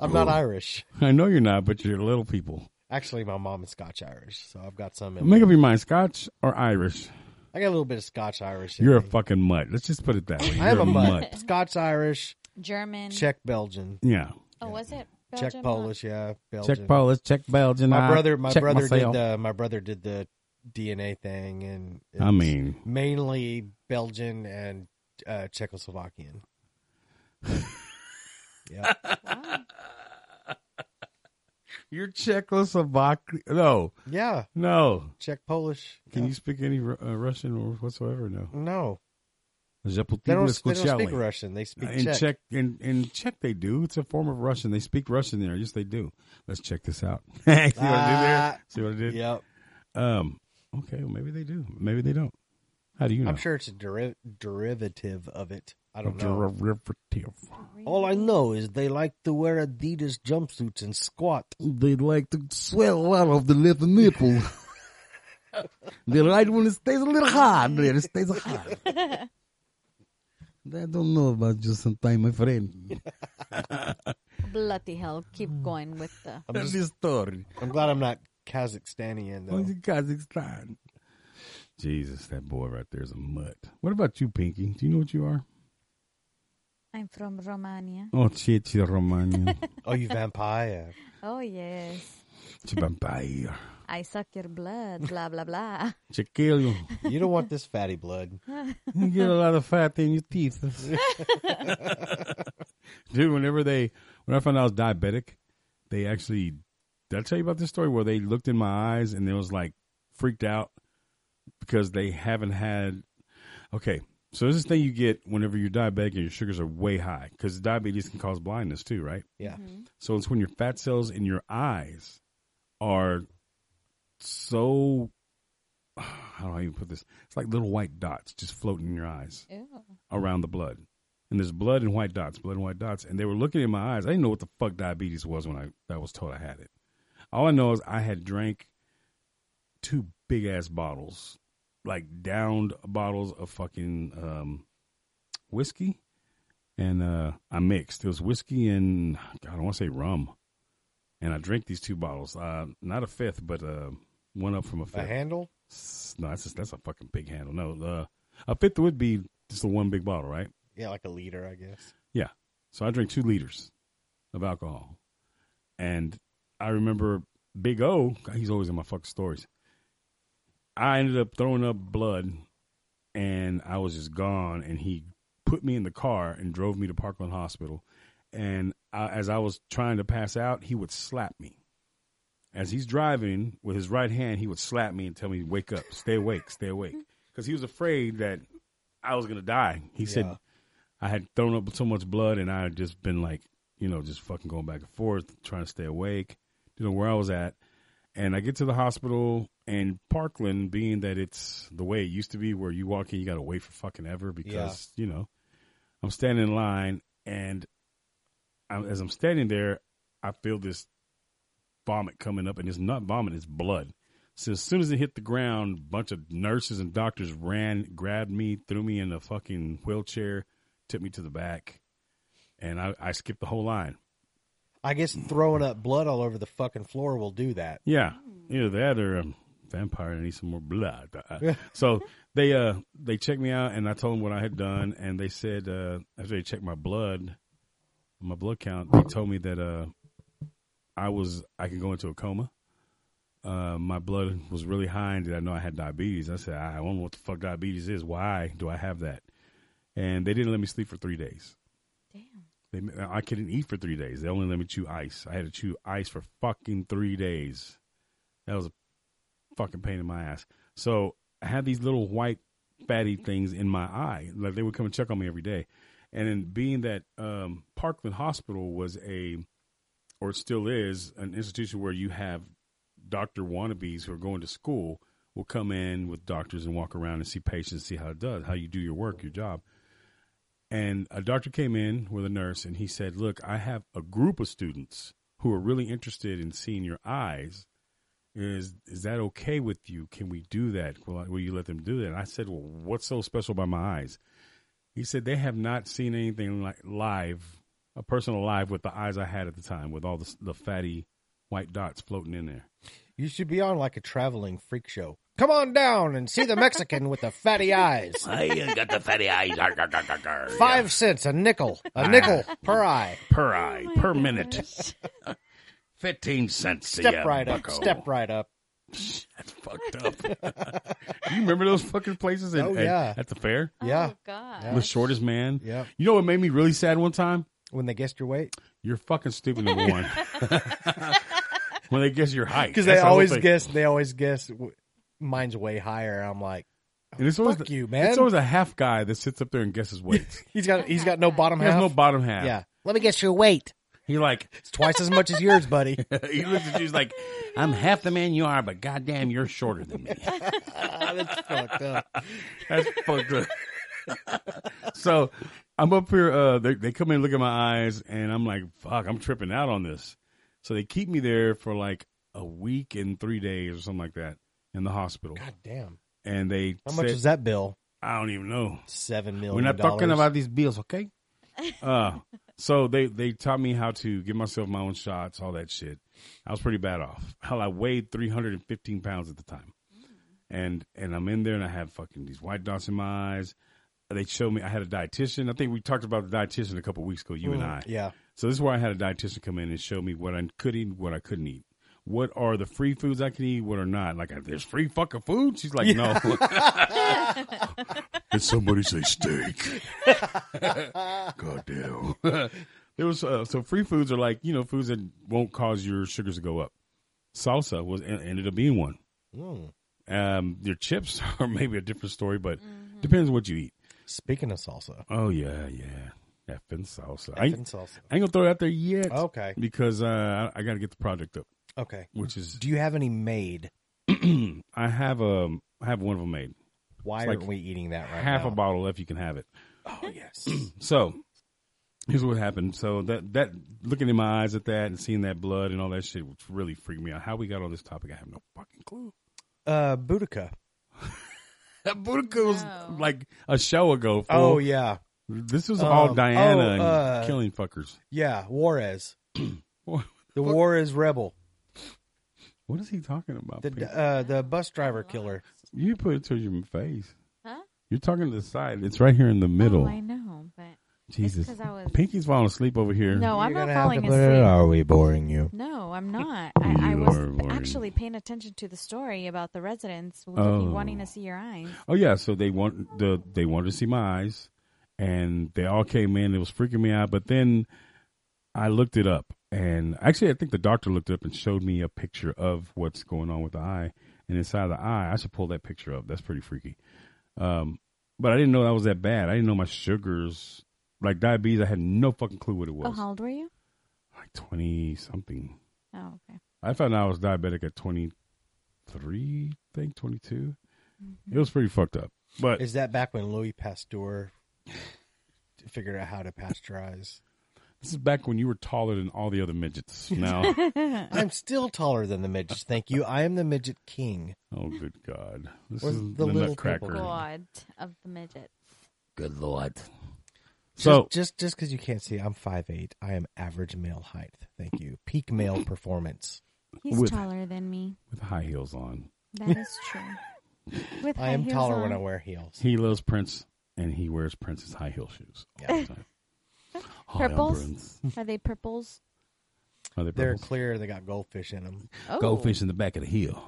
I'm not Irish.
I know you're not, but you're little people.
Actually, my mom is Scotch Irish, so I've got some. In
Make
me.
up your mind, Scotch or Irish?
I got a little bit of Scotch Irish. in
You're a
me.
fucking mutt. Let's just put it that way.
I
You're
am a mutt. Scotch Irish,
*gasps* German.
Czech Belgian,
Yeah.
Oh, was it?
Czech
Belgium?
Polish, yeah, Belgian.
Check Polish, check Belgian.
my
I
brother, my
check
brother
myself.
did the my brother did the DNA thing, and
I
it's
mean,
mainly Belgian and uh,
*laughs*
Czechoslovakian. yeah,
Wow.
you're Czechoslovakian. No,
yeah,
no.
Czech Polish.
Can
Yeah.
you speak any Ru- uh, Russian or whatsoever? No.
No,
Zaputina
they don't, they don't speak
Skuchali.
Russian. They speak
In
Czech.
Czech, in, in Czech, they do. It's a form of Russian. They speak Russian there. Yes, they do. Let's check this out. *laughs* See what I did
Ah.
there? See what I did?
Yep,
Um. Okay. Well, maybe they do. Maybe they don't. How do you know?
I'm sure it's a deri- derivative of it. I don't know.
Derivative.
*laughs* All I know is they like to wear Adidas jumpsuits and squat.
They like to swell out of the left
*laughs*
nipple. the right one stays a little hard. There, it stays
*laughs*
hard. I don't know about you sometime, my friend.
Bloody hell. Keep
Hmm.
going with the.
I'm,
That's
just,
the story.
I'm glad I'm not Kazakhstanian
Only
though.
Kazakhstan.
Jesus, that boy right there is a mutt. What about you, Pinky? Do you know what you are?
I'm from Romania.
Oh, Chichi *laughs* Romagna.
Oh, you vampire.
Oh, yes.
Chibampire.
I suck your blood. Blah, blah, blah.
Chiquillo.
You don't want this fatty blood.
*laughs* You get a lot of fat in your teeth. *laughs* Dude, whenever they, when I found out I was diabetic, they actually, did I tell you about this story where they looked in my eyes and they was like freaked out because they haven't had, okay. So there's this thing you get whenever you're diabetic and your sugars are way high because diabetes can cause blindness too, right?
*laughs* Yeah.
Mm-hmm.
So it's when your fat cells in your eyes are so *sighs* how do I even put this? It's like little white dots just floating in your eyes
Ew.
around the blood. And there's blood and white dots, blood and white dots. And they were looking in my eyes. I didn't know what the fuck diabetes was when I, I was told I had it. All I know is I had drank two big ass bottles, like downed bottles of fucking um, whiskey. And uh, I mixed. It was whiskey and, God, I want to say rum. And I drank these two bottles. Uh, not a fifth, but uh, one up from a fifth.
A handle?
S- No, that's a, that's a fucking big handle. No, uh, a fifth would be just the one big bottle, right?
Yeah, like a leader, I guess.
Yeah. So I drink two liters of alcohol, and I remember Big O. God, He's always in my fucking stories. I ended up throwing up blood, and I was just gone. And he put me in the car and drove me to Parkland Hospital. And I, as I was trying to pass out, he would slap me. As he's driving with his right hand, he would slap me and tell me, "Wake up, stay awake, stay awake," because he was afraid that I was gonna die. He
Yeah.
said I had thrown up so much blood, and I had just been like, you know, just fucking going back and forth, trying to stay awake. You know where I was at, and I get to the hospital, and Parkland, being that it's the way it used to be, where you walk in, you gotta wait for fucking ever because you know, I'm standing in line, and I, as I'm standing there, I feel this vomit coming up, and it's not vomit, it's blood. So as soon as it hit the ground, bunch of nurses and doctors ran, grabbed me, threw me in a fucking wheelchair, took me to the back, and I, I skipped the whole line.
I guess throwing up blood all over the fucking floor will do that.
Yeah, either that or um, vampire. I need some more blood. Uh, so they uh they checked me out, and I told them what I had done, and they said uh, after they checked my blood, my blood count, they told me that uh I was I can go into a coma. Uh, my blood was really high, and did I know I had diabetes? I said I don't know what the fuck diabetes is. Why do I have that? And they didn't let me sleep for three days.
Damn.
They, I couldn't eat for three days. They only let me chew ice. I had to chew ice for fucking three days. That was a fucking pain in my ass. So I had these little white fatty things in my eye. Like they would come and check on me every day. And then being that um, Parkland Hospital was a, or it still is, an institution where you have doctor wannabes who are going to school will come in with doctors and walk around and see patients, see how it does, how you do your work, your job. And a doctor came in with a nurse and he said, Look, I have a group of students who are really interested in seeing your eyes. Is is that okay with you? Can we do that? Will, I, will you let them do that? And I said, Well, what's so special about my eyes? He said, They have not seen anything like live, a person alive with the eyes I had at the time, with all the, s- the fatty white dots floating in there.
You should be on like a traveling freak show. Come on down and see the Mexican with the fatty eyes.
I uh, got the fatty eyes. Arr, arr, arr, arr, arr.
Five cents, a nickel, a nickel per eye.
per
Oh
eye, per minute. Fifteen cents. to
Step
ya,
right up.
bucko.
Step right up.
That's fucked up.
*laughs*
you remember those fucking places? In,
Oh,
in-
yeah.
At the fair?
*laughs* Yeah.
Oh, God.
Yeah.
The shortest man?
Yeah.
You know what made me really sad one time?
When they guessed your weight,
You're fucking stupid, number
*laughs*
one. when they guess your height.
because
That's
they
the whole
always
thing.
guess. They always guess. w- Mine's way higher. I'm like,
And it's always
fuck
the-
you, man.
It's always a half guy that sits up there and guesses weights.
*laughs* he's got. He's got no bottom
*laughs* he
half.
has no bottom half.
Yeah. Let me guess your weight.
He like *laughs*
It's twice as much as yours, *laughs* buddy.
he looks at you he's like,
I'm half the man you are, but goddamn, you're shorter than me.
Ah, That's fucked up.
That's fucked up. *laughs* so I'm up here. Uh, they, they come in, look at my eyes, and I'm like, fuck, I'm tripping out on this. So they keep me there for like a week and three days or something like that in the hospital.
God damn.
And they
How much
said-
was that bill?
I don't even know.
Seven million.
We're not talking
dollars.
about these bills,
*laughs*
okay? Uh, so they they taught me how to give myself my own shots, all that shit. I was pretty bad off. Hell, I weighed 315 pounds at the time,
Mm.
and and I'm in there and I have fucking these white dots in my eyes. They showed me I had a dietitian. I think we talked about the dietitian a couple weeks ago, you and I.
Hmm, Yeah.
So this is where I had a dietitian come in and show me what I could eat, and what I couldn't eat. What are the free foods I can eat? What are not? Like, there's free fucking food? She's like, no. *laughs* Did somebody say steak? God damn. *laughs* there was uh, so free foods are like you know foods that won't cause your sugars to go up. Salsa was en- ended up being one.
Mm.
Um, your chips *laughs* are maybe a different story, but depends what you eat.
Speaking of salsa,
Oh yeah, yeah, effing salsa. I, ain't,
effing salsa.
I ain't gonna throw it out there yet
Okay.
because uh, I, I got to get the project up,
Okay.
which is
Do you have any made?
*clears throat* I have um I have one of them made.
Why
It's like
aren't we eating that right
Half
now?
a bottle left. You can have it. *clears throat*
Oh yes.
So here's what happened. So that that looking in my eyes at that and seeing that blood and all that shit which really freaked me out. How we got on this topic, I have no fucking clue. *laughs*
uh, Boudica.
That Boudica was
No.
like a show ago. Fool.
Oh yeah,
this was all
Um,
Diana
oh,
and
uh,
killing fuckers.
yeah. Juarez,
What
the Juarez rebel,
what is he talking about?
the
Pete?
uh, the bus driver killer.
you put it to your face.
Huh?
You're talking to the side. It's right here in the
Oh,
middle.
I know, but
Jesus,
'cause I was-
Pinky's falling asleep over here.
no, Oh, I'm
You're
not
gonna have
falling
to put it-
asleep.
Are we boring you?
No, I'm not. I, I
You
was
are boring.
actually paying attention to the story about the residents w-
Oh.
wanting to see your eyes.
Oh yeah, so they want the they wanted to see my eyes, and they all came in. It was freaking me out, but then I looked it up, and actually I think the doctor looked it up and showed me a picture of what's going on with the eye, and inside the eye I should pull that picture up. That's pretty freaky. Um, but I didn't know that was that bad. I didn't know my sugars like diabetes. I had no fucking clue what it
Oh,
was.
how old were you?
Like twenty something.
Oh, okay.
I found out I was diabetic at twenty three, I think twenty It was pretty fucked up, but.
Is that back when Louis Pasteur figured out how to pasteurize?
This is back when you were taller than all the other
*laughs*
midgets. Now,
I'm still taller than the midgets. Thank you. I am the midget king.
oh good God, this
Where's
is
the
the,
little
nutcracker.
people?
God of the midgets.
Good lord.
So,
just just because you can't see, I'm five eight. I am average male height. Thank you. Peak male performance.
He's
With-
taller than me.
with high heels on,
That is true.
*laughs*
With
I
high
am
heels
taller when I
on.
wear *laughs* heels.
he loves Prince, and he wears Prince's high heel shoes all *laughs* the time. Hi, I'm
Purples?
Prince.
Are they purples?
Are they
They're
purples?
clear. They got goldfish in them.
Oh,
Goldfish in the back of the heel.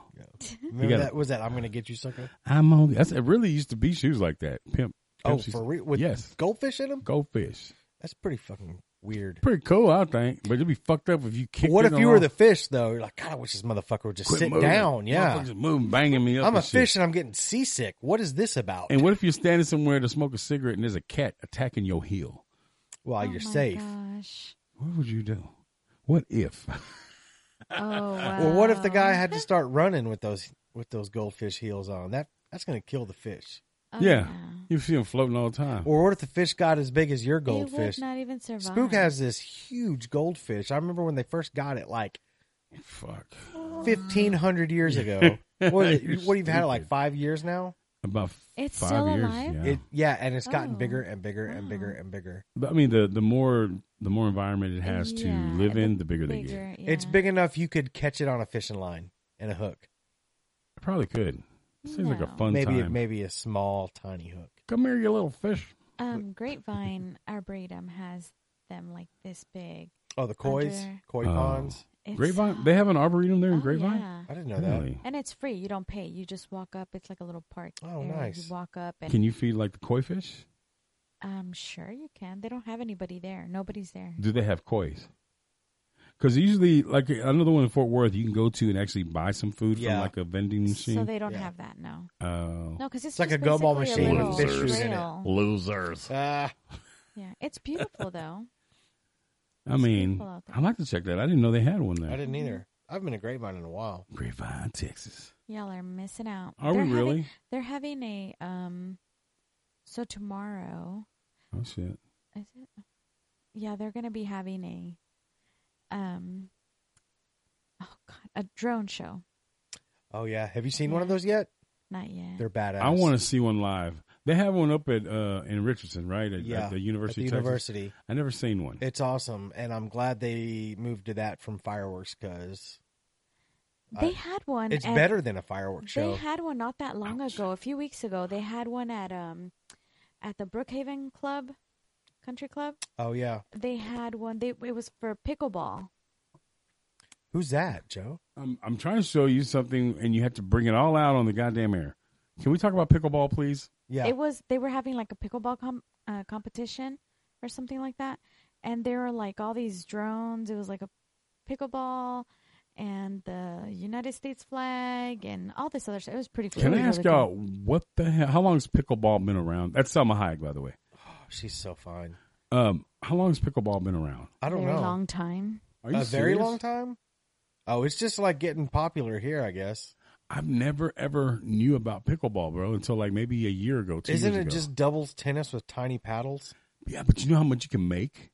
Remember
gotta-
that was that. I'm going to get you, sucker.
I'm on. That's, it really used to be shoes like that. Pimp.
Oh,
Pimp shoes.
for real? With
yes.
goldfish in them?
Goldfish.
That's pretty fucking weird.
Pretty cool, I think. But it'd be fucked up if you
But
kicked.
what
it
if you were
around.
the fish though? You're like, God, I wish this motherfucker would just
Quit
sit
moving.
down. Yeah,
Motherfuckers moving, banging me up.
I'm a
and shit.
fish and I'm getting seasick. What is this about?
And what if you're standing somewhere to smoke a cigarette and there's a cat attacking your heel?
While
oh
you're
my
safe. *laughs*
Gosh.
What would you do? What if?
Oh, wow.
Well, what if the
Um,
guy had to start running with those with those goldfish heels on? That that's going to kill the fish.
Oh,
yeah. You see them floating all the time.
Or what if the fish got as big as your
They
goldfish?
would not even survive.
Spook has this huge goldfish. I remember when they first got it, like *laughs*
Fuck.
Oh.
fifteen hundred years
*laughs*
ago. what, is
You're
it, what you've had it like
stupid.
five years now?
About f-
It's
five
still
years.
alive?
Yeah.
It yeah, and it's gotten
Oh,
bigger and bigger and
wow.
bigger and bigger.
But, I mean, the the more the more environment it has
Yeah,
to live in, the bigger, they get.
bigger,
It's
yeah.
big enough you could catch it on a fishing line and a hook.
I probably could. Seems like a
No.
fun
maybe
time.
maybe a small tiny hook.
Come here, you little fish.
Um, Grapevine Arboretum has them like this big.
Oh, the koi's
Under-
koi
Oh.
ponds.
It's,
Grapevine. They have an arboretum there in
Oh,
Grapevine.
yeah.
I didn't know that.
Really?
And it's free. You don't pay. You just walk up. It's like a little park.
Oh,
area.
nice.
You walk up and
Can you feed like the koi fish?
I'm Um, sure you can. They don't have anybody there. Nobody's there.
Do they have koi's? Because usually, like another one in Fort Worth, you can go to and actually buy some food from
Yeah.
like a vending machine.
So they don't
Yeah.
have that. No.
Oh.
No, because it's,
It's like
just
a gumball
basically
machine
a
with
little
fish
in it.
trail.
Losers.
Ah,
Yeah, it's beautiful though.
I mean,
people out there.
I'd like to check that. I didn't know they had one
I
there.
didn't either. I've been to Grapevine in a while.
Grapevine, Texas.
Y'all are missing out.
Are
They're
we
having-
really?
They're having a um. So tomorrow
Oh shit!
is it? Yeah, they're gonna be having a um. Oh god, a drone show.
Oh yeah, have you seen one of those yet?
Not yet.
They're badass.
I want to see one live. They have one up at uh in Richardson, right? At,
Yeah,
at the
at the
University of Texas.
university.
I never seen one.
It's awesome, and I'm glad they moved to that from fireworks because
they had one.
it's
at-
better than a fireworks show.
They had one not that long ago, a few weeks ago. They had one at um, at the Brookhaven Club, Country Club.
oh yeah,
They had one. They it was for pickleball.
who's that, Joe?
I'm, I'm trying to show you something, and you have to bring it all out on the goddamn air. Can we talk about pickleball, please?
Yeah,
It was they were having like a pickleball com- uh, competition or something like that, and there were like all these drones. It was like a pickleball and the United States flag and all this other stuff. It was pretty cool.
Can
It
I
was
ask
really
y'all
cool.
what the hell? How long has pickleball been around? That's Selma Hayek, by the way.
Oh, she's so fine.
Um, how long has pickleball been around?
I don't
Very
know.
long time.
Are you
a very
serious?
long time. Oh, it's just like getting popular here, I guess.
I've never ever knew about pickleball, bro, until like maybe a year ago. Two
Isn't
years
it
ago.
just doubles tennis with tiny paddles?
yeah? But you know how much you can make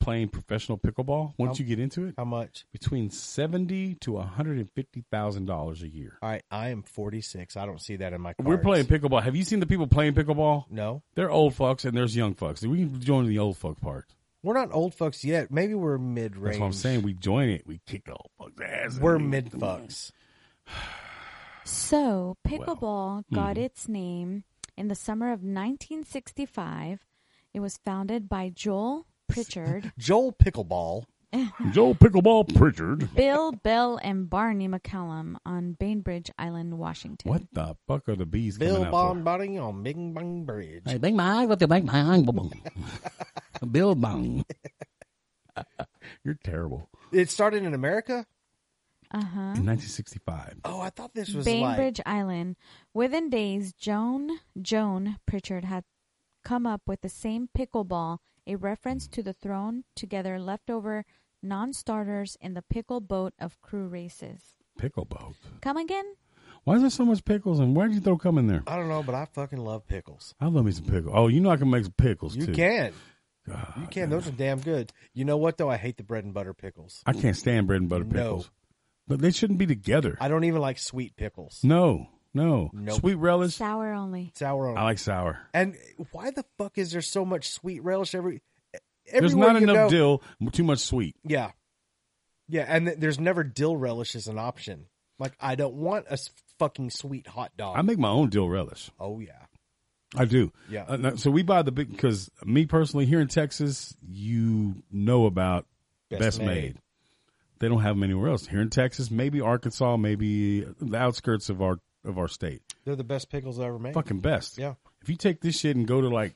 playing professional pickleball once
How-
you get into it?
How much?
Between seventy to one hundred and fifty thousand dollars a year.
All right, I am 46. I don't see that in my. Cards.
We're playing pickleball. Have you seen the people playing pickleball?
No,
They're old fucks and there's young fucks. We can join the old fuck part.
we're not old fucks yet. Maybe we're mid range.
That's what I'm saying. We join it. We kick the old fucks' ass.
We're mid fucks.
So, pickleball got
hmm.
mhm.
its name in the summer of 1965. It was founded by Joel
*laughs*
Pritchard,
Joel Pickleball.
Joe Pickleball Pritchard.
Bill Bell, and Barney McCallum on Bainbridge Island, Washington.
What the fuck are the bees
Bill
coming out
Bon
for?
Body on Big Bang Bridge.
Hey, bang my eye, what the bang my eye, boom.
*laughs*
Bill bong.
You're terrible.
It started in America.
Uh huh.
In 1965.
Oh, I thought this was like
Bainbridge Island. Within days, Joan Joan Pritchard had come up with the same pickleball, a reference to the thrown together leftover non-starters in the pickle boat of crew races.
Pickle boat.
Come again?
Why is there so much pickles and why did you throw cum in there?
I don't know, but I fucking love pickles.
I love me some pickle. Oh, you know I can make some pickles
You
too.
can,
God,
you can. Those are damn good. You know what though? I hate the bread and butter pickles.
I can't stand bread and butter
No.
pickles. But they shouldn't be together.
I don't even like sweet pickles.
no, no.
Nope.
Sweet relish.
Sour only.
Sour on.
I like sour.
and why the fuck is there so much sweet relish every?
There's
everywhere
not
you
enough
go-
dill, too much sweet.
Yeah, yeah, and th- there's never dill relish as an option. Like I don't want a s- fucking sweet hot dog.
I make my own dill relish.
oh yeah,
I do.
Yeah.
Uh, no, so we buy the big because me personally here in Texas, you know about Best,
Best
made.
Made.
They don't have them anywhere else. Here in Texas, maybe Arkansas, maybe the outskirts of our of our state.
they're the best pickles I ever made.
Fucking best.
Yeah.
If you take this shit and go to like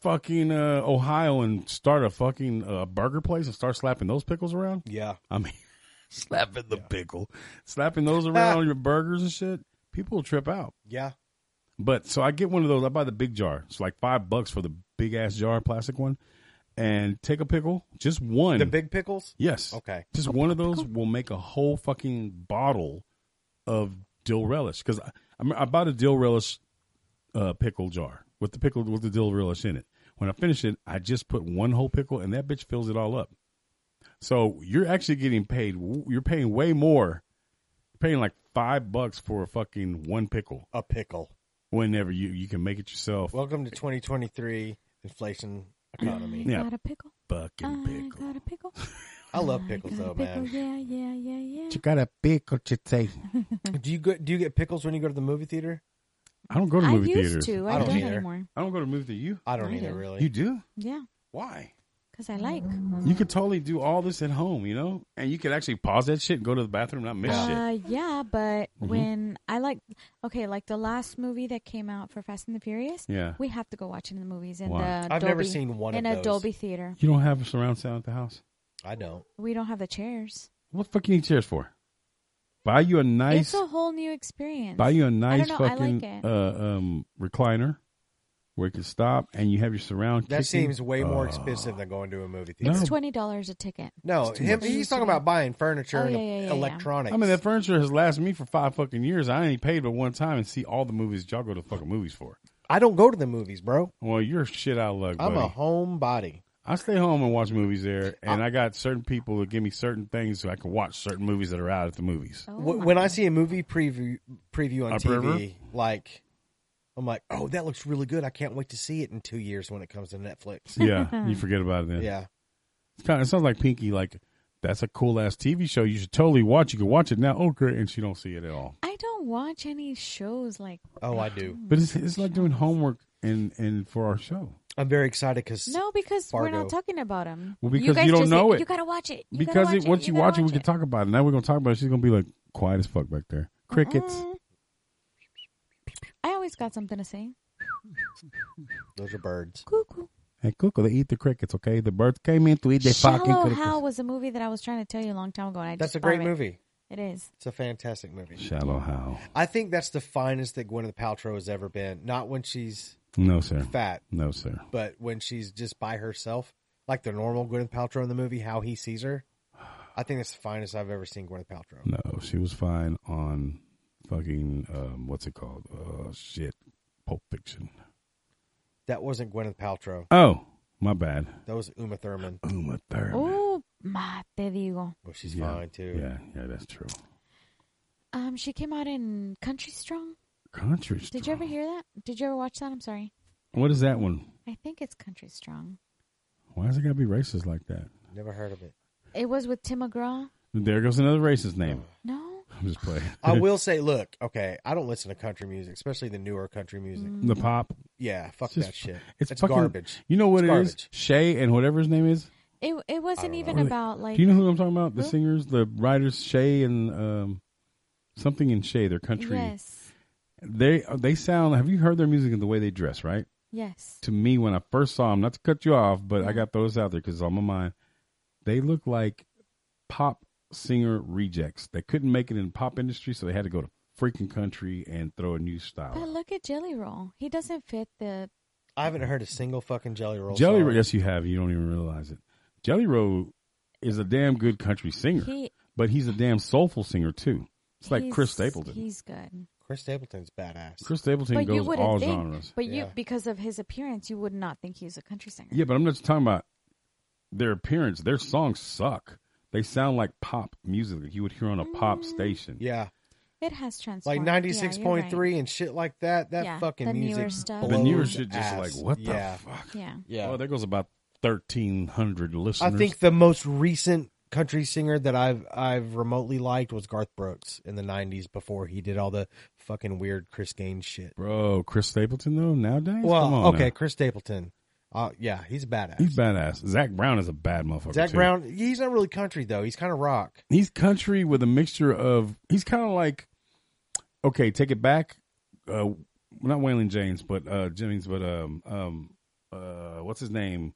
fucking uh, Ohio and start a fucking uh, burger place and start slapping those pickles around,
Yeah,
I mean, *laughs* slapping the pickle, slapping those around on your burgers and shit, people will trip out.
yeah.
But so I get one of those. I buy the big jar. It's like five bucks for the big ass jar, plastic one, and take a pickle, just one.
The big Oh. pickles.
yes,
Okay.
just one of those will make a whole fucking bottle of dill relish. Because I, I'm- I bought a dill relish uh, pickle jar with the pickle with the dill relish in it. When I finish it, I just put one whole pickle, and that bitch fills it all up. So you're actually getting paid. You're paying way more. You're paying like five bucks for a fucking one pickle
A pickle.
whenever you you can make it yourself.
Welcome to 2023 inflation economy.
yeah,
Got a pickle.
fucking
I
pickle.
got a pickle.
I love
I
pickles
got a
though,
pickle.
man.
Yeah, yeah, yeah, yeah.
got a pickle today.
Do you get do you get pickles when you go to the movie theater?
I don't go to
I
movie
used
theaters.
to.
I
I,
don't
don't,
either.
anymore.
I don't go to movie theater. You?
I don't
I
either,
do.
really.
You do?
Yeah,
Why?
because I like.
Mm.
You could totally do all this at home, you know? And you could actually pause that shit and go to the bathroom and not miss shit.
Uh, yeah, but
Mm-hmm.
when I like, okay, like the last movie that came out for Fast and the Furious,
Yeah.
we have to go watch it in the movies in
Why?
the
I've never
Dolby-
seen one of
in a
those.
Dolby theater.
You don't have a surround sound at the house?
I don't.
We don't have the chairs.
What the fuck you need chairs for? Buy you a nice
It's a whole new experience.
buy you a nice
know, I like
fucking
it.
uh, um, recliner where it can stop and you have your surround
That
kicking.
seems way more
Uh,
expensive than going to a movie
No.
theater.
It's twenty dollars a ticket.
No,
It's too
him,
much.
he's talking about buying furniture
Oh,
and
yeah, yeah, yeah, yeah.
electronics.
I mean, that furniture has lasted me for five fucking years. I ain't paid but one time and see all the movies y'all go to fucking movies for.
I don't go to the movies, bro.
Well, you're shit out of luck,
I'm
buddy.
a homebody.
I stay home and watch movies there, and I got certain people that give me certain things so I can watch certain movies that are out at the movies.
Oh
Wh-
my
when I see a movie preview preview on
A
TV,
preview?
like I'm like, oh, that looks really good. I can't wait to see it in two years when it comes to
*laughs*
Netflix.
Yeah, you forget about it then.
yeah,
It's kind of, it sounds like Pinky. Like that's a cool ass TV show. You should totally watch. You can watch it now. Oh, great! And she don't see it at all.
I don't watch any shows like.
oh, I do.
But it's it's like doing homework and and for our show
I'm very excited because
No, because we're
Fargo.
not talking about them.
Well, because
guys
you don't
just
know
say,
it.
You gotta watch it. You gotta
because
watch
it, once you
gotta
watch it, we can talk about it. Now we're gonna talk about it. She's gonna be like quiet as fuck back there. Crickets.
Mm. I always got something to say.
those are birds.
Cuckoo.
Hey, Cuckoo, they eat the crickets. Okay, the birds came in to eat the fucking
Shallow
crickets.
Hal was a movie that I was trying to tell you a long time ago. And I
That's
just
a great
thought of it.
movie.
It is.
It's a fantastic movie.
Shallow how?
I think that's the finest that Gwyneth Paltrow has ever been. Not when she's
No sir.
fat,
No sir.
but when she's just by herself, like the normal Gwyneth Paltrow in the movie, how he sees her. I think that's the finest I've ever seen Gwyneth Paltrow.
No, she was fine on fucking um, what's it called? Oh shit, Pulp Fiction.
That wasn't Gwyneth Paltrow.
Oh, my bad.
That was Uma Thurman.
Uma Thurman.
Oh, ma te digo.
Well, she's
Yeah.
fine too.
Yeah, yeah, that's true.
Um, she came out in Country Strong.
Country.
Did you
Strong.
ever hear that? Did you ever watch that? I'm sorry.
What is that one?
I think it's Country Strong.
Why is it gotta be racist like that?
Never heard of it.
It was with Tim McGraw.
There goes another racist name.
No,
I'm just playing.
*laughs* I will say, look, okay, I don't listen to country music, especially the newer country music.
*laughs*
Mm.
the pop.
Yeah, fuck
It's just-
that shit.
It's,
It's,
fucking,
garbage.
You know what
It's
it is?
garbage.
Shay and whatever his name is.
it it wasn't
know.
even
Really?
about like.
Do you know who I'm talking about? The
Who?
singers, the writers, Shay and um, something in Shay. They're country.
Yes,
They they sound. Have you heard their music and the way they dress? Right.
yes.
to me when I first saw them, not to cut you off, but
Mm-hmm.
I got those out there because it's on my mind. They look like pop singer rejects. They couldn't make it in pop industry, so they had to go to freaking country and throw a new
But
style.
look at Jelly Roll. He doesn't fit the.
I haven't heard a single fucking Jelly Roll.
Jelly
song.
Roll, yes, you have. You don't even realize it. Jelly Roll is a damn good country singer,
He.
but he's a damn soulful singer too. It's like Chris
he's-
Stapleton.
He's good,
Chris Stapleton's badass.
Chris Stapleton
but you
goes
wouldn't
all
think.
genres.
But you,
Yeah.
because of his appearance, you would not think he's a country singer.
Yeah, but I'm not just talking about their appearance. Their songs suck. They sound like pop music that you would hear on a
Mm.
pop station.
yeah,
It has transformed.
like
Yeah, you're
ninety six point three and shit like that. That
Yeah,
fucking
the
music.
newer stuff.
The newer
blows
shit just
ass.
like what the
yeah.
fuck.
Right. Yeah.
Yeah,
Well, there goes about thirteen hundred
I
listeners.
think the most recent country singer that I've I've remotely liked was Garth Brooks in the nineties before he did all the fucking weird Chris Gaines shit.
bro, Chris Stapleton though nowadays. Come
Well,
on
okay,
now.
Chris Stapleton. Uh, yeah, he's a badass.
he's badass. Zach Brown is a bad motherfucker.
Zach
too.
Brown, he's not really country though. He's kind of rock.
He's country with a mixture of. He's kind of like, okay, take it back. Uh, not Waylon James, but uh, Jennings, but um, um, uh, what's his name?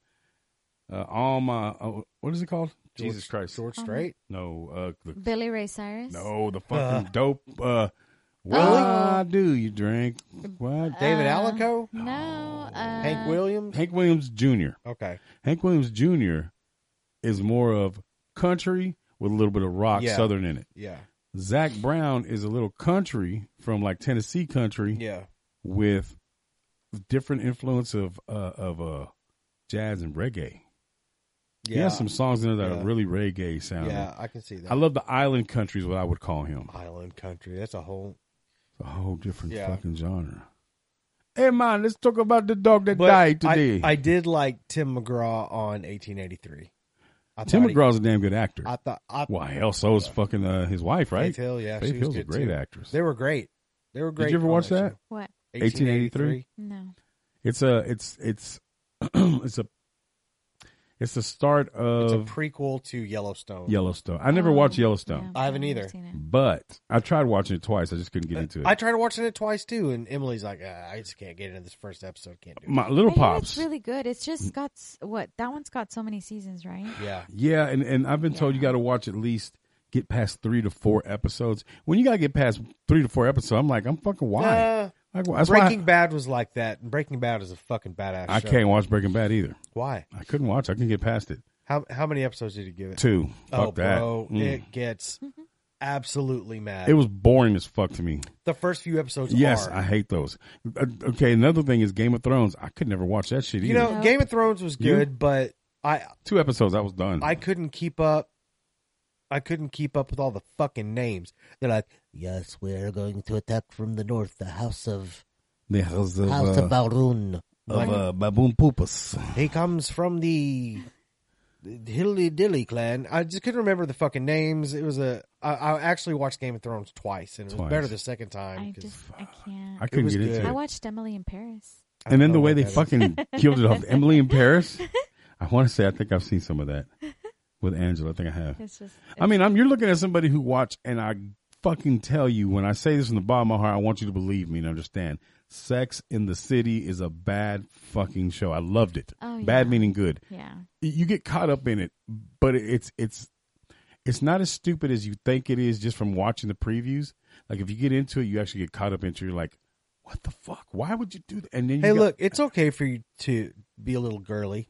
Uh, all my, oh, what is it called? Jesus
George- Uh-huh.
Christ!
George Strait.
No, uh, the
Billy Ray Cyrus.
No, the fucking dope. Uh,
Really?
why do you drink? Why?
Uh, David Alico,
Uh, No. Uh,
Hank Williams.
Hank Williams Jr.
Okay,
Hank Williams Jr. is more of country with a little bit of rock
Yeah.
southern in it.
yeah,
Zach Brown is a little country from like Tennessee country
yeah,
with different influence of uh, of uh, jazz and reggae.
yeah.
He has some songs in there that
Yeah.
are really reggae sounding.
yeah, I can see that.
I love the island country is what I would call him.
Island country. That's a whole.
a whole different
Yeah.
fucking genre. Hey man, let's talk about the dog that died
I-
today.
I, did like Tim McGraw on 1883. I
Tim
thought he-
McGraw's a damn good actor.
I thought. I,
Why else? So is fucking uh, his wife, right?
Faith Hill, yeah,
Faith
she was
Hill's a
good
great
too.
actress.
They were great. They were great.
Did you ever
on
watch
that
that?
show.
What?
1883?
No.
It's a it's it's *clears throat* it's a it's the start
It's a
of
prequel to Yellowstone.
Yellowstone. I never
Oh,
watched
yeah,
Yellowstone,
I haven't
I've never
either.
seen it.
but I tried watching it twice. I just couldn't get into it.
Uh, I tried watching it twice too, and Emily's like, ah, "I just can't get into this first episode. Can't do it."
My little
I hear
pops. Mm.
It's really good. It's just got s- what that one's got so many seasons, right?
yeah,
Yeah, and, and I've been told you got to watch at least get past three to four episodes. When you got to get past three to four episodes, I'm like, I'm fucking why?
Uh,
Like, why- that's why I-
Breaking Bad was like that. and Breaking Bad is a fucking badass.
I
show.
can't watch Breaking Bad either.
Why?
I couldn't watch. I couldn't get past it.
How how many episodes did you give it?
Two. Fuck
oh,
that.
bro,
Mm. It,
it gets
Mm-hmm.
absolutely mad.
was boring as fuck to me.
the first few episodes.
Yes,
are.
I hate those. Uh, Okay, another thing is Game of Thrones. I could never watch that shit either.
you know,
Nope.
Game of Thrones was
You?
good, but I
Two episodes, I was done.
I couldn't keep up. I couldn't keep up with all the fucking names. They're like,
Yes, we are going to attack from the north, the house of
the house of, uh,
House of Balrun.
of, uh,
Baboon Poopus.
he comes from the Hilly Dilly clan. I just couldn't remember the fucking names. It was a. I, I actually watched Game of Thrones twice, and it was
Twice.
better the second
I
time. 'cause
just I can't.
I couldn't
was
get
good.
into
I
it.
watched Emily in Paris.
I
And then
don't
the
know
way
what
they
that is.
fucking
*laughs*
killed it off. Emily in Paris. I want to say I think I've seen some of
*laughs*
that with Angela. I think I have.
It's just.
I mean, I'm you're looking at somebody who watched, and I fucking tell you when I say this from the bottom of my heart, I want you to believe me and understand. Sex in the City is a bad fucking show. I loved it.
Oh, yeah.
Bad meaning good.
yeah.
You get caught up in it, but it's it's it's not as stupid as you think it is just from watching the previews. Like if you get into it, you actually get caught up into. it. You're like, what the fuck? Why would you do that? And then you
Hey,
got-
look, it's okay for you to be a little girly.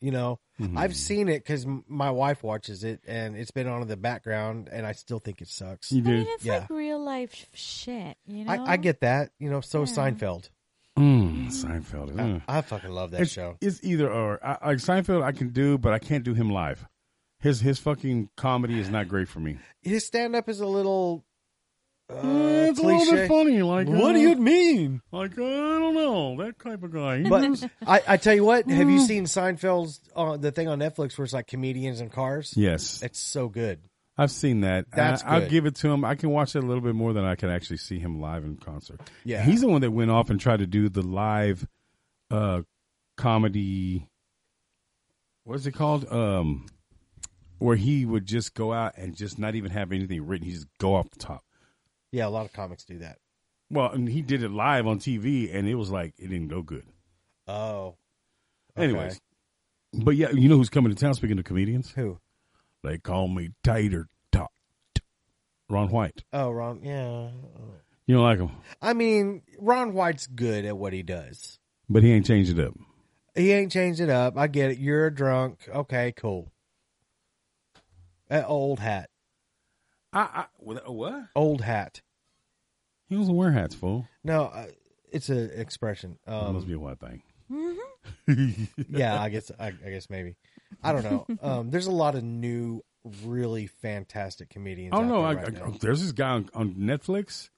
you know,
Mhm.
I've seen it because my wife watches it, and it's been on in the background, and I still think it sucks.
You
I mean,
did.
it's
Yeah.
like real life sh- shit. You know.
I, I get that. You know, so is
Yeah.
Seinfeld.
Mm, Seinfeld.
I,
Mm.
I fucking love that
it's,
show.
It's either or. I, like Seinfeld, I can do, but I can't do him live. His his fucking comedy is not great for me.
His stand up is a little. Uh,
Eh, it's a little
cliche.
bit funny. Like,
What
uh,
do you mean?
Like, uh, I don't know that type of guy. He *laughs*
But
was-
I, I tell you what, have you seen Seinfeld's uh, the thing on Netflix where it's like comedians and cars?
yes,
It's so good.
I've seen that. And
That's
I, will
good.
give it to him. I can watch it a little bit more than I can actually see him live in concert.
Yeah.
he's the one that went off and tried to do the live uh comedy. What is it called? Um, where he would just go out and just not even have anything written. He just go off the top.
Yeah, a lot of comics do that.
Well, and he did it live on TV, and it was like it didn't go good.
Oh.
Anyways, but yeah, you know who's coming to town? Speaking of comedians,
Who?
they call me Tater Tot. Ron White.
Oh, Ron. Yeah.
You don't like him,
I mean, Ron White's good at what he does.
but he ain't changed it up.
He ain't changed it up. I get it. You're a drunk. Okay, cool. That old hat.
I, I what?
Old hat.
He doesn't wear hats, fool.
No, uh, it's an expression.
That
Um,
must be a white thing.
Mm-hmm.
yeah, I guess. I, I guess maybe. I don't
*laughs*
know. Um, there's a lot of new, really fantastic comedians.
Oh
out
no,
there
I,
right
I-
now.
there's this guy on, on Netflix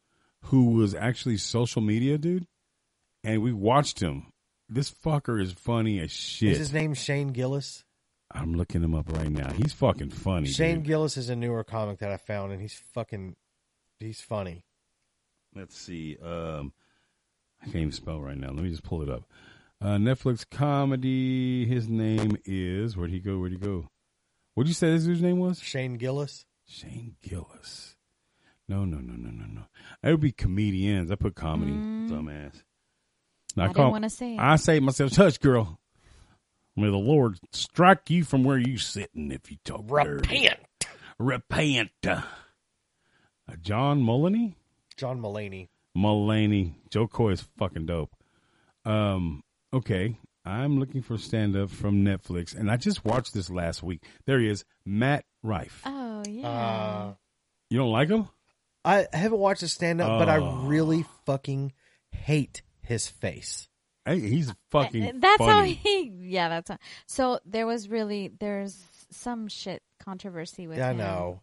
who was actually social media dude, and we watched him. This fucker is funny as
Is
shit.
his name Shane Gillis?
I'm looking him up right now. He's fucking funny.
Shane
dude.
Gillis is a newer comic that I found, and he's fucking, he's funny.
let's see. Um, I can't even spell right now. Let me just pull it up. Uh, Netflix comedy. His name is where'd he go? Where'd he go? What'd you say this dude's name was?
Shane Gillis.
Shane Gillis. No, no, no, no, no, no. It would be comedians. I put comedy, dumbass. Now,
Mm. I didn't want to say it.
I say to myself, "Touch, girl." May the Lord strike you from where you sitting if you talk dirty.
Repent.
Repent. Uh, John Mulaney.
John Mulaney.
Mulaney. Joe Coy is fucking dope. Um, okay. I'm looking for stand up from Netflix, and I just watched this last week. There he is, Matt Rife.
oh yeah.
Uh,
You don't like him?
I haven't watched his stand up, but
Oh.
I really fucking hate his face.
Hey, he's
Uh,
fucking
*laughs* that's how
funny.
he yeah that's how, so there was really there's some shit controversy with
Yeah, I
him-
know.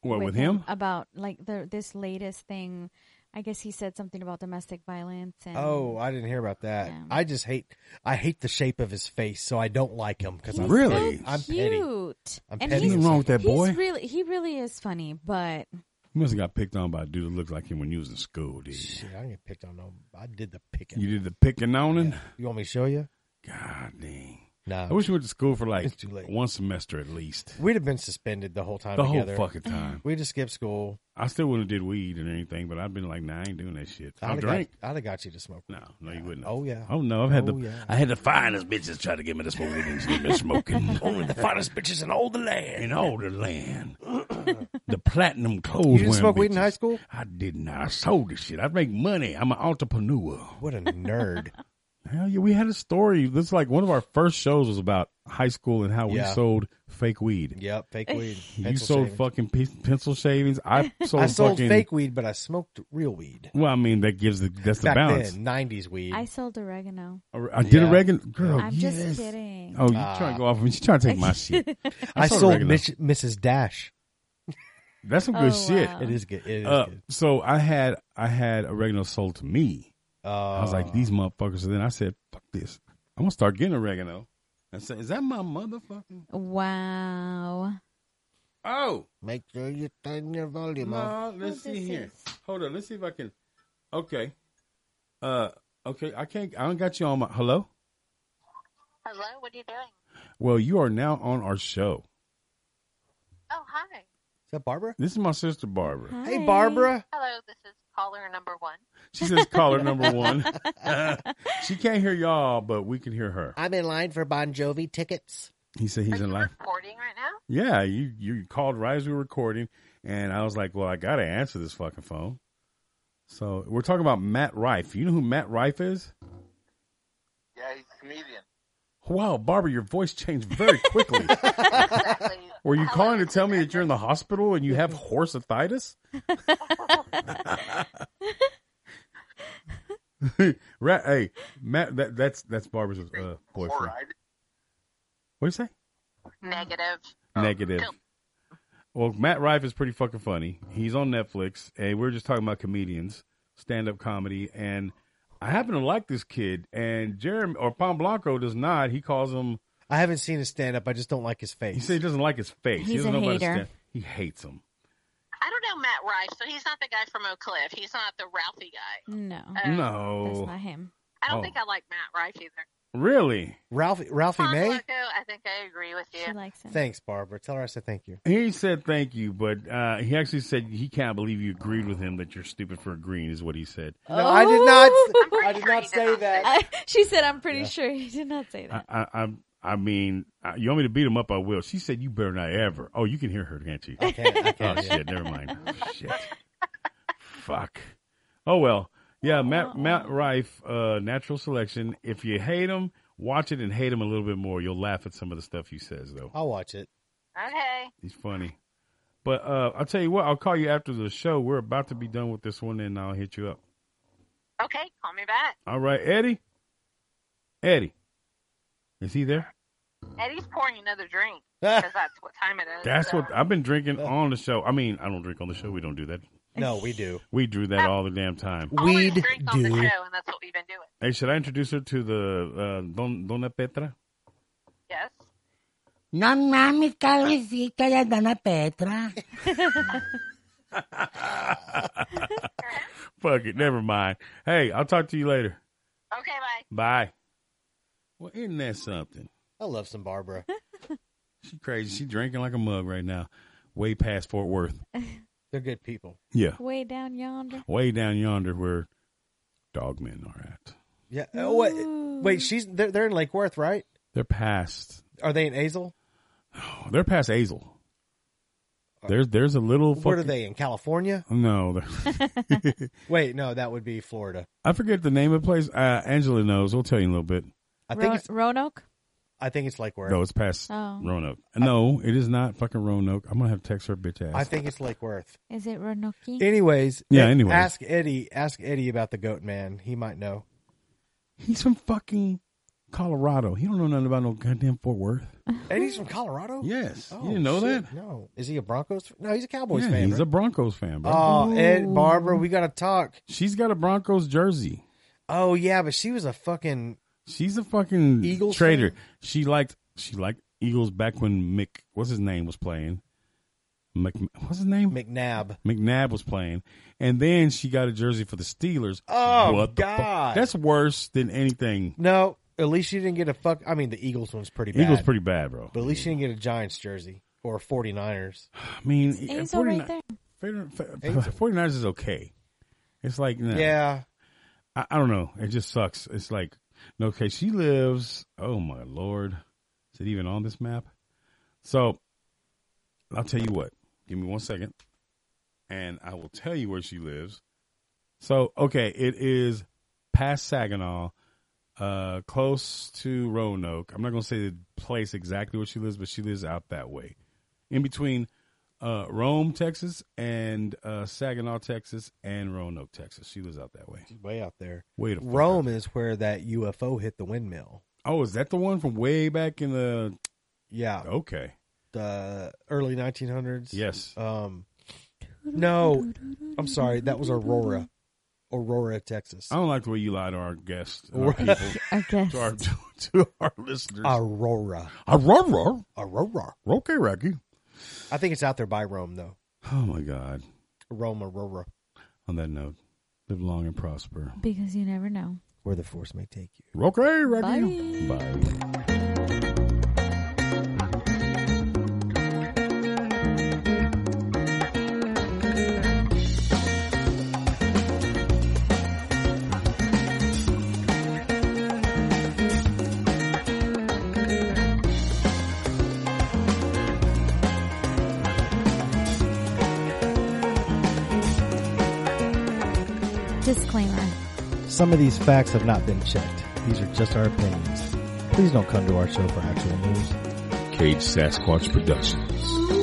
what with, him?
about like the this latest thing i guess he said something about domestic violence and
Oh, I didn't hear about that.
Yeah.
I just hate. I hate the shape of his face, so I don't like him because I'm
Really?
I'm petty.
cute
I'm
and
petty.
Nothing
he's
wrong with that
he's
boy.
really he really is funny but
You must have got picked on by a dude that looked like him when you was in school, dude.
Shit, I didn't get picked on. No, I did the picking.
You
You,
did the picking on him?
want me to show you?
God dang.
No.
I wish you went to school for like
It's too late.
one semester at least.
We'd have been suspended the whole time
The
together.
whole
Mm.
fucking time.
We'd have skipped school.
I still wouldn't have did weed or anything, but I'd been like, nah, I ain't doing that shit. I'll
I'd
drink.
Have got, I'd have got you to smoke.
No, no, you wouldn't. have.
Oh, yeah.
Oh no, I've had
Oh,
the
yeah.
I had the finest bitches try to get me to smoke and things get me
*laughs*
smoking. Only the finest bitches in all the land. In all the land. *laughs* the platinum
You
clothes.
didn't smoke
wearing
weed in
bitches.
high school?
I didn't. I sold the shit. I make money. I'm an entrepreneur.
What a
*laughs*
nerd.
Hell yeah, we had a story. This is like one of our first shows was about high school and how
Yeah.
we sold fake weed.
yep, fake weed.
you
Pencil
sold
shavings.
fucking pe- pencil shavings. I sold,
*laughs* I sold
fucking,
fake weed, but I smoked real weed.
Well, I mean that gives the that's the
Back
balance.
then, 90s weed.
I sold oregano.
I I did
Yeah.
a regular girl.
I'm
Oh, yes.
just kidding.
Oh, you
Ah.
trying to go off of me? You trying to take
*laughs*
my shit?
I
sold
sold
regular.
Mitch, Mrs. Dash.
That's some
Oh,
good shit.
wow.
It is good. It is
Uh,
good.
so I had I had oregano sold to me.
Uh,
I was like these motherfuckers. So then I said, "Fuck this! I'm gonna start getting oregano." I said, "Is that my motherfucking?"
Wow.
Oh
make sure you turn your volume
no!
off.
Let's
What
see
this
here.
is?
Hold on. Let's see if I can. Okay. Uh. Okay. I can't. I don't got you on my. Hello.
Hello, what are you doing?
Well, you are now on our show.
Oh, hi.
Is that Barbara?
This is my sister Barbara.
Hey, Barbara.
Hello, this is caller number one.
She says caller number
*laughs*
one. she can't hear y'all, but we can hear her.
I'm in line for Bon Jovi tickets.
He said he's
are
in
you
life.
recording right now?
*laughs*
Yeah, you you called right as we were recording, and I was like, well, I gotta answer this fucking phone. So we're talking about Matt Rife. You know who Matt Rife is?
Yeah, he's a comedian.
Wow, Barbara, your voice changed very
*laughs*
quickly.
Exactly.
Were you
Hello,
calling to
this
tell
is
me that you're in the hospital and you have horsethitis? *laughs* right, hey, Matt, that, that's that's Barbara's uh,
All
boyfriend.
right.
What do you say?
Negative.
Oh. Negative. Well, Matt Rife is pretty fucking funny. He's on Netflix, and we are just talking about comedians, stand up comedy, and I happen to like this kid. And Jeremy or Pom Blanco does not. He calls him.
I haven't seen his stand up. I just don't like his
He
face.
said he doesn't like his face. he
He's a
doesn't know about his
hater.
stand- He hates him.
I don't know Matt Rife, so he's not the guy from Oak Cliff. He's not the Ralphie guy.
No,
Uh,
that's
no,
not him.
I don't
Oh.
think I like Matt Rife either.
really.
Ralphie, Ralphie
Tom
May?
Loco, I think I agree with
She
you.
likes him.
Thanks, Barbara. Tell her I said thank you.
He said thank you, but uh, he actually said he can't believe you agreed with him that you're stupid for agreeing is what he said.
No, I did
*laughs* Oh.
not.
pretty
I did
sure
not
he did
say
not
that.
I, she said, "I'm pretty sure he did not say
I,
that."
I, I, I mean, I, you want me to beat him up? I will. She said you better not ever. Oh, you can hear her, can't you?
*laughs* I can't. I
Oh
can't. do
shit, never mind. shit. Fuck. Oh well. Yeah, Matt Matt Rife, uh, natural selection. If you hate him, watch it and hate him a little bit more. You'll laugh at some of the stuff he says though.
I'll watch it. *laughs*
Okay.
He's funny. But uh, I'll tell you what, I'll call you after the show. We're about to be done with this one and I'll hit you up.
Okay, call me back.
All right, Eddie? Eddie. Is he there?
Eddie's pouring another drink
Ah,
because that's what time it is.
That's
so-
what I've been drinking on the show. I mean, I don't drink on the show. We don't do that.
no, we do.
We do that all the damn time.
Always
Weed
drink on the
do.
show, and that's what we've been doing.
Hey, should I introduce her to the uh, Don Dona Petra?
Yes.
No mames, cabecita, ya Dana Petra.
Fuck it, never mind. Hey, I'll talk to you later.
Okay, bye.
Bye. Well, isn't that something?
I love some Barbara.
She crazy. She drinking like a mug right now, way past Fort Worth.
They're good people.
Yeah,
Way down yonder.
way down yonder where dogmen are at.
Yeah.
Mm.
Oh, wait, wait, she's they're, they're in Lake Worth, right?
They're past.
Are they in Azle?
oh, they're past Azel. There's there's a little.
Where are
fucking-
they in California?
No, they're-
Wait, no, that would be Florida.
I forget the name of the place. Uh, Angela knows. We'll tell you in a little bit.
I think
Ro-
it's
Roanoke.
I think it's Lake Worth.
No, it's past
Oh.
Roanoke. No, it is not fucking Roanoke. I'm gonna have to text her bitch ass.
I think it's Lake Worth.
Is it Roanoke?
Anyways,
Yeah,
eh,
anyways.
ask Eddie. Ask Eddie about the goat man. He might know.
He's from fucking Colorado. He don't know nothing about no goddamn Fort Worth.
Eddie's from Colorado.
Yes,
Oh,
you didn't know
shit,
that.
No. Is he a Broncos? f- No, he's a Cowboys
yeah,
fan.
he's a
right?
Broncos fan, bro.
Oh, Ed Barbara, we gotta talk.
She's got a Broncos jersey.
Oh yeah, but she was a fucking
She's a fucking
Eagles
trader.
fan?
She liked she liked Eagles back when Mick what's his name was playing. Mc, what's his name?
McNabb.
McNabb was playing, and then she got a jersey for the Steelers.
Oh,
the fu-
God.
that's worse than anything.
No, at least she didn't get a fuck. I mean, the Eagles one's pretty bad.
Eagles pretty bad, bro.
But at least she didn't get a Giants jersey or a 49ers.
I mean,
Ain't all
49
right there.
Fair- fair-
Angel.
49ers is okay. It's like, nah,
Yeah.
I, I don't know. It just sucks. It's like, no, okay, she lives. Oh my lord, is it even on this map? So, I'll tell you what. Give me one second, and I will tell you where she lives. So, okay, it is past Saginaw, uh, close to Roanoke. I'm not gonna say the place exactly where she lives, but she lives out that way, in between uh, Rome, Texas, and uh, Saginaw, Texas, and Roanoke, Texas. She lives out that way.
She's way out there.
Wait, a
Rome is where that UFO hit the windmill.
Oh, is that the one from way back in the?
Yeah.
Okay,
The early 1900s.
yes.
Um, no,
*laughs*
I'm sorry. That was Aurora. Aurora, Texas.
I don't like the way you lie to our guests, and our people,
I guess.
to our *laughs* to, to our listeners.
Uh, Aurora.
Ah, rah, rah.
Aurora.
Okay, Rocky.
I think it's out there by Rome, though.
Oh my God.
Rome, Aurora.
On that note, live long and prosper.
Because you never know.
Where the force may take you.
Okay, Rocky. Bye.
Disclaimer.
Some of these facts have not been checked. These are just our opinions. Please don't come to our show for actual news.
Cage Sasquatch Productions.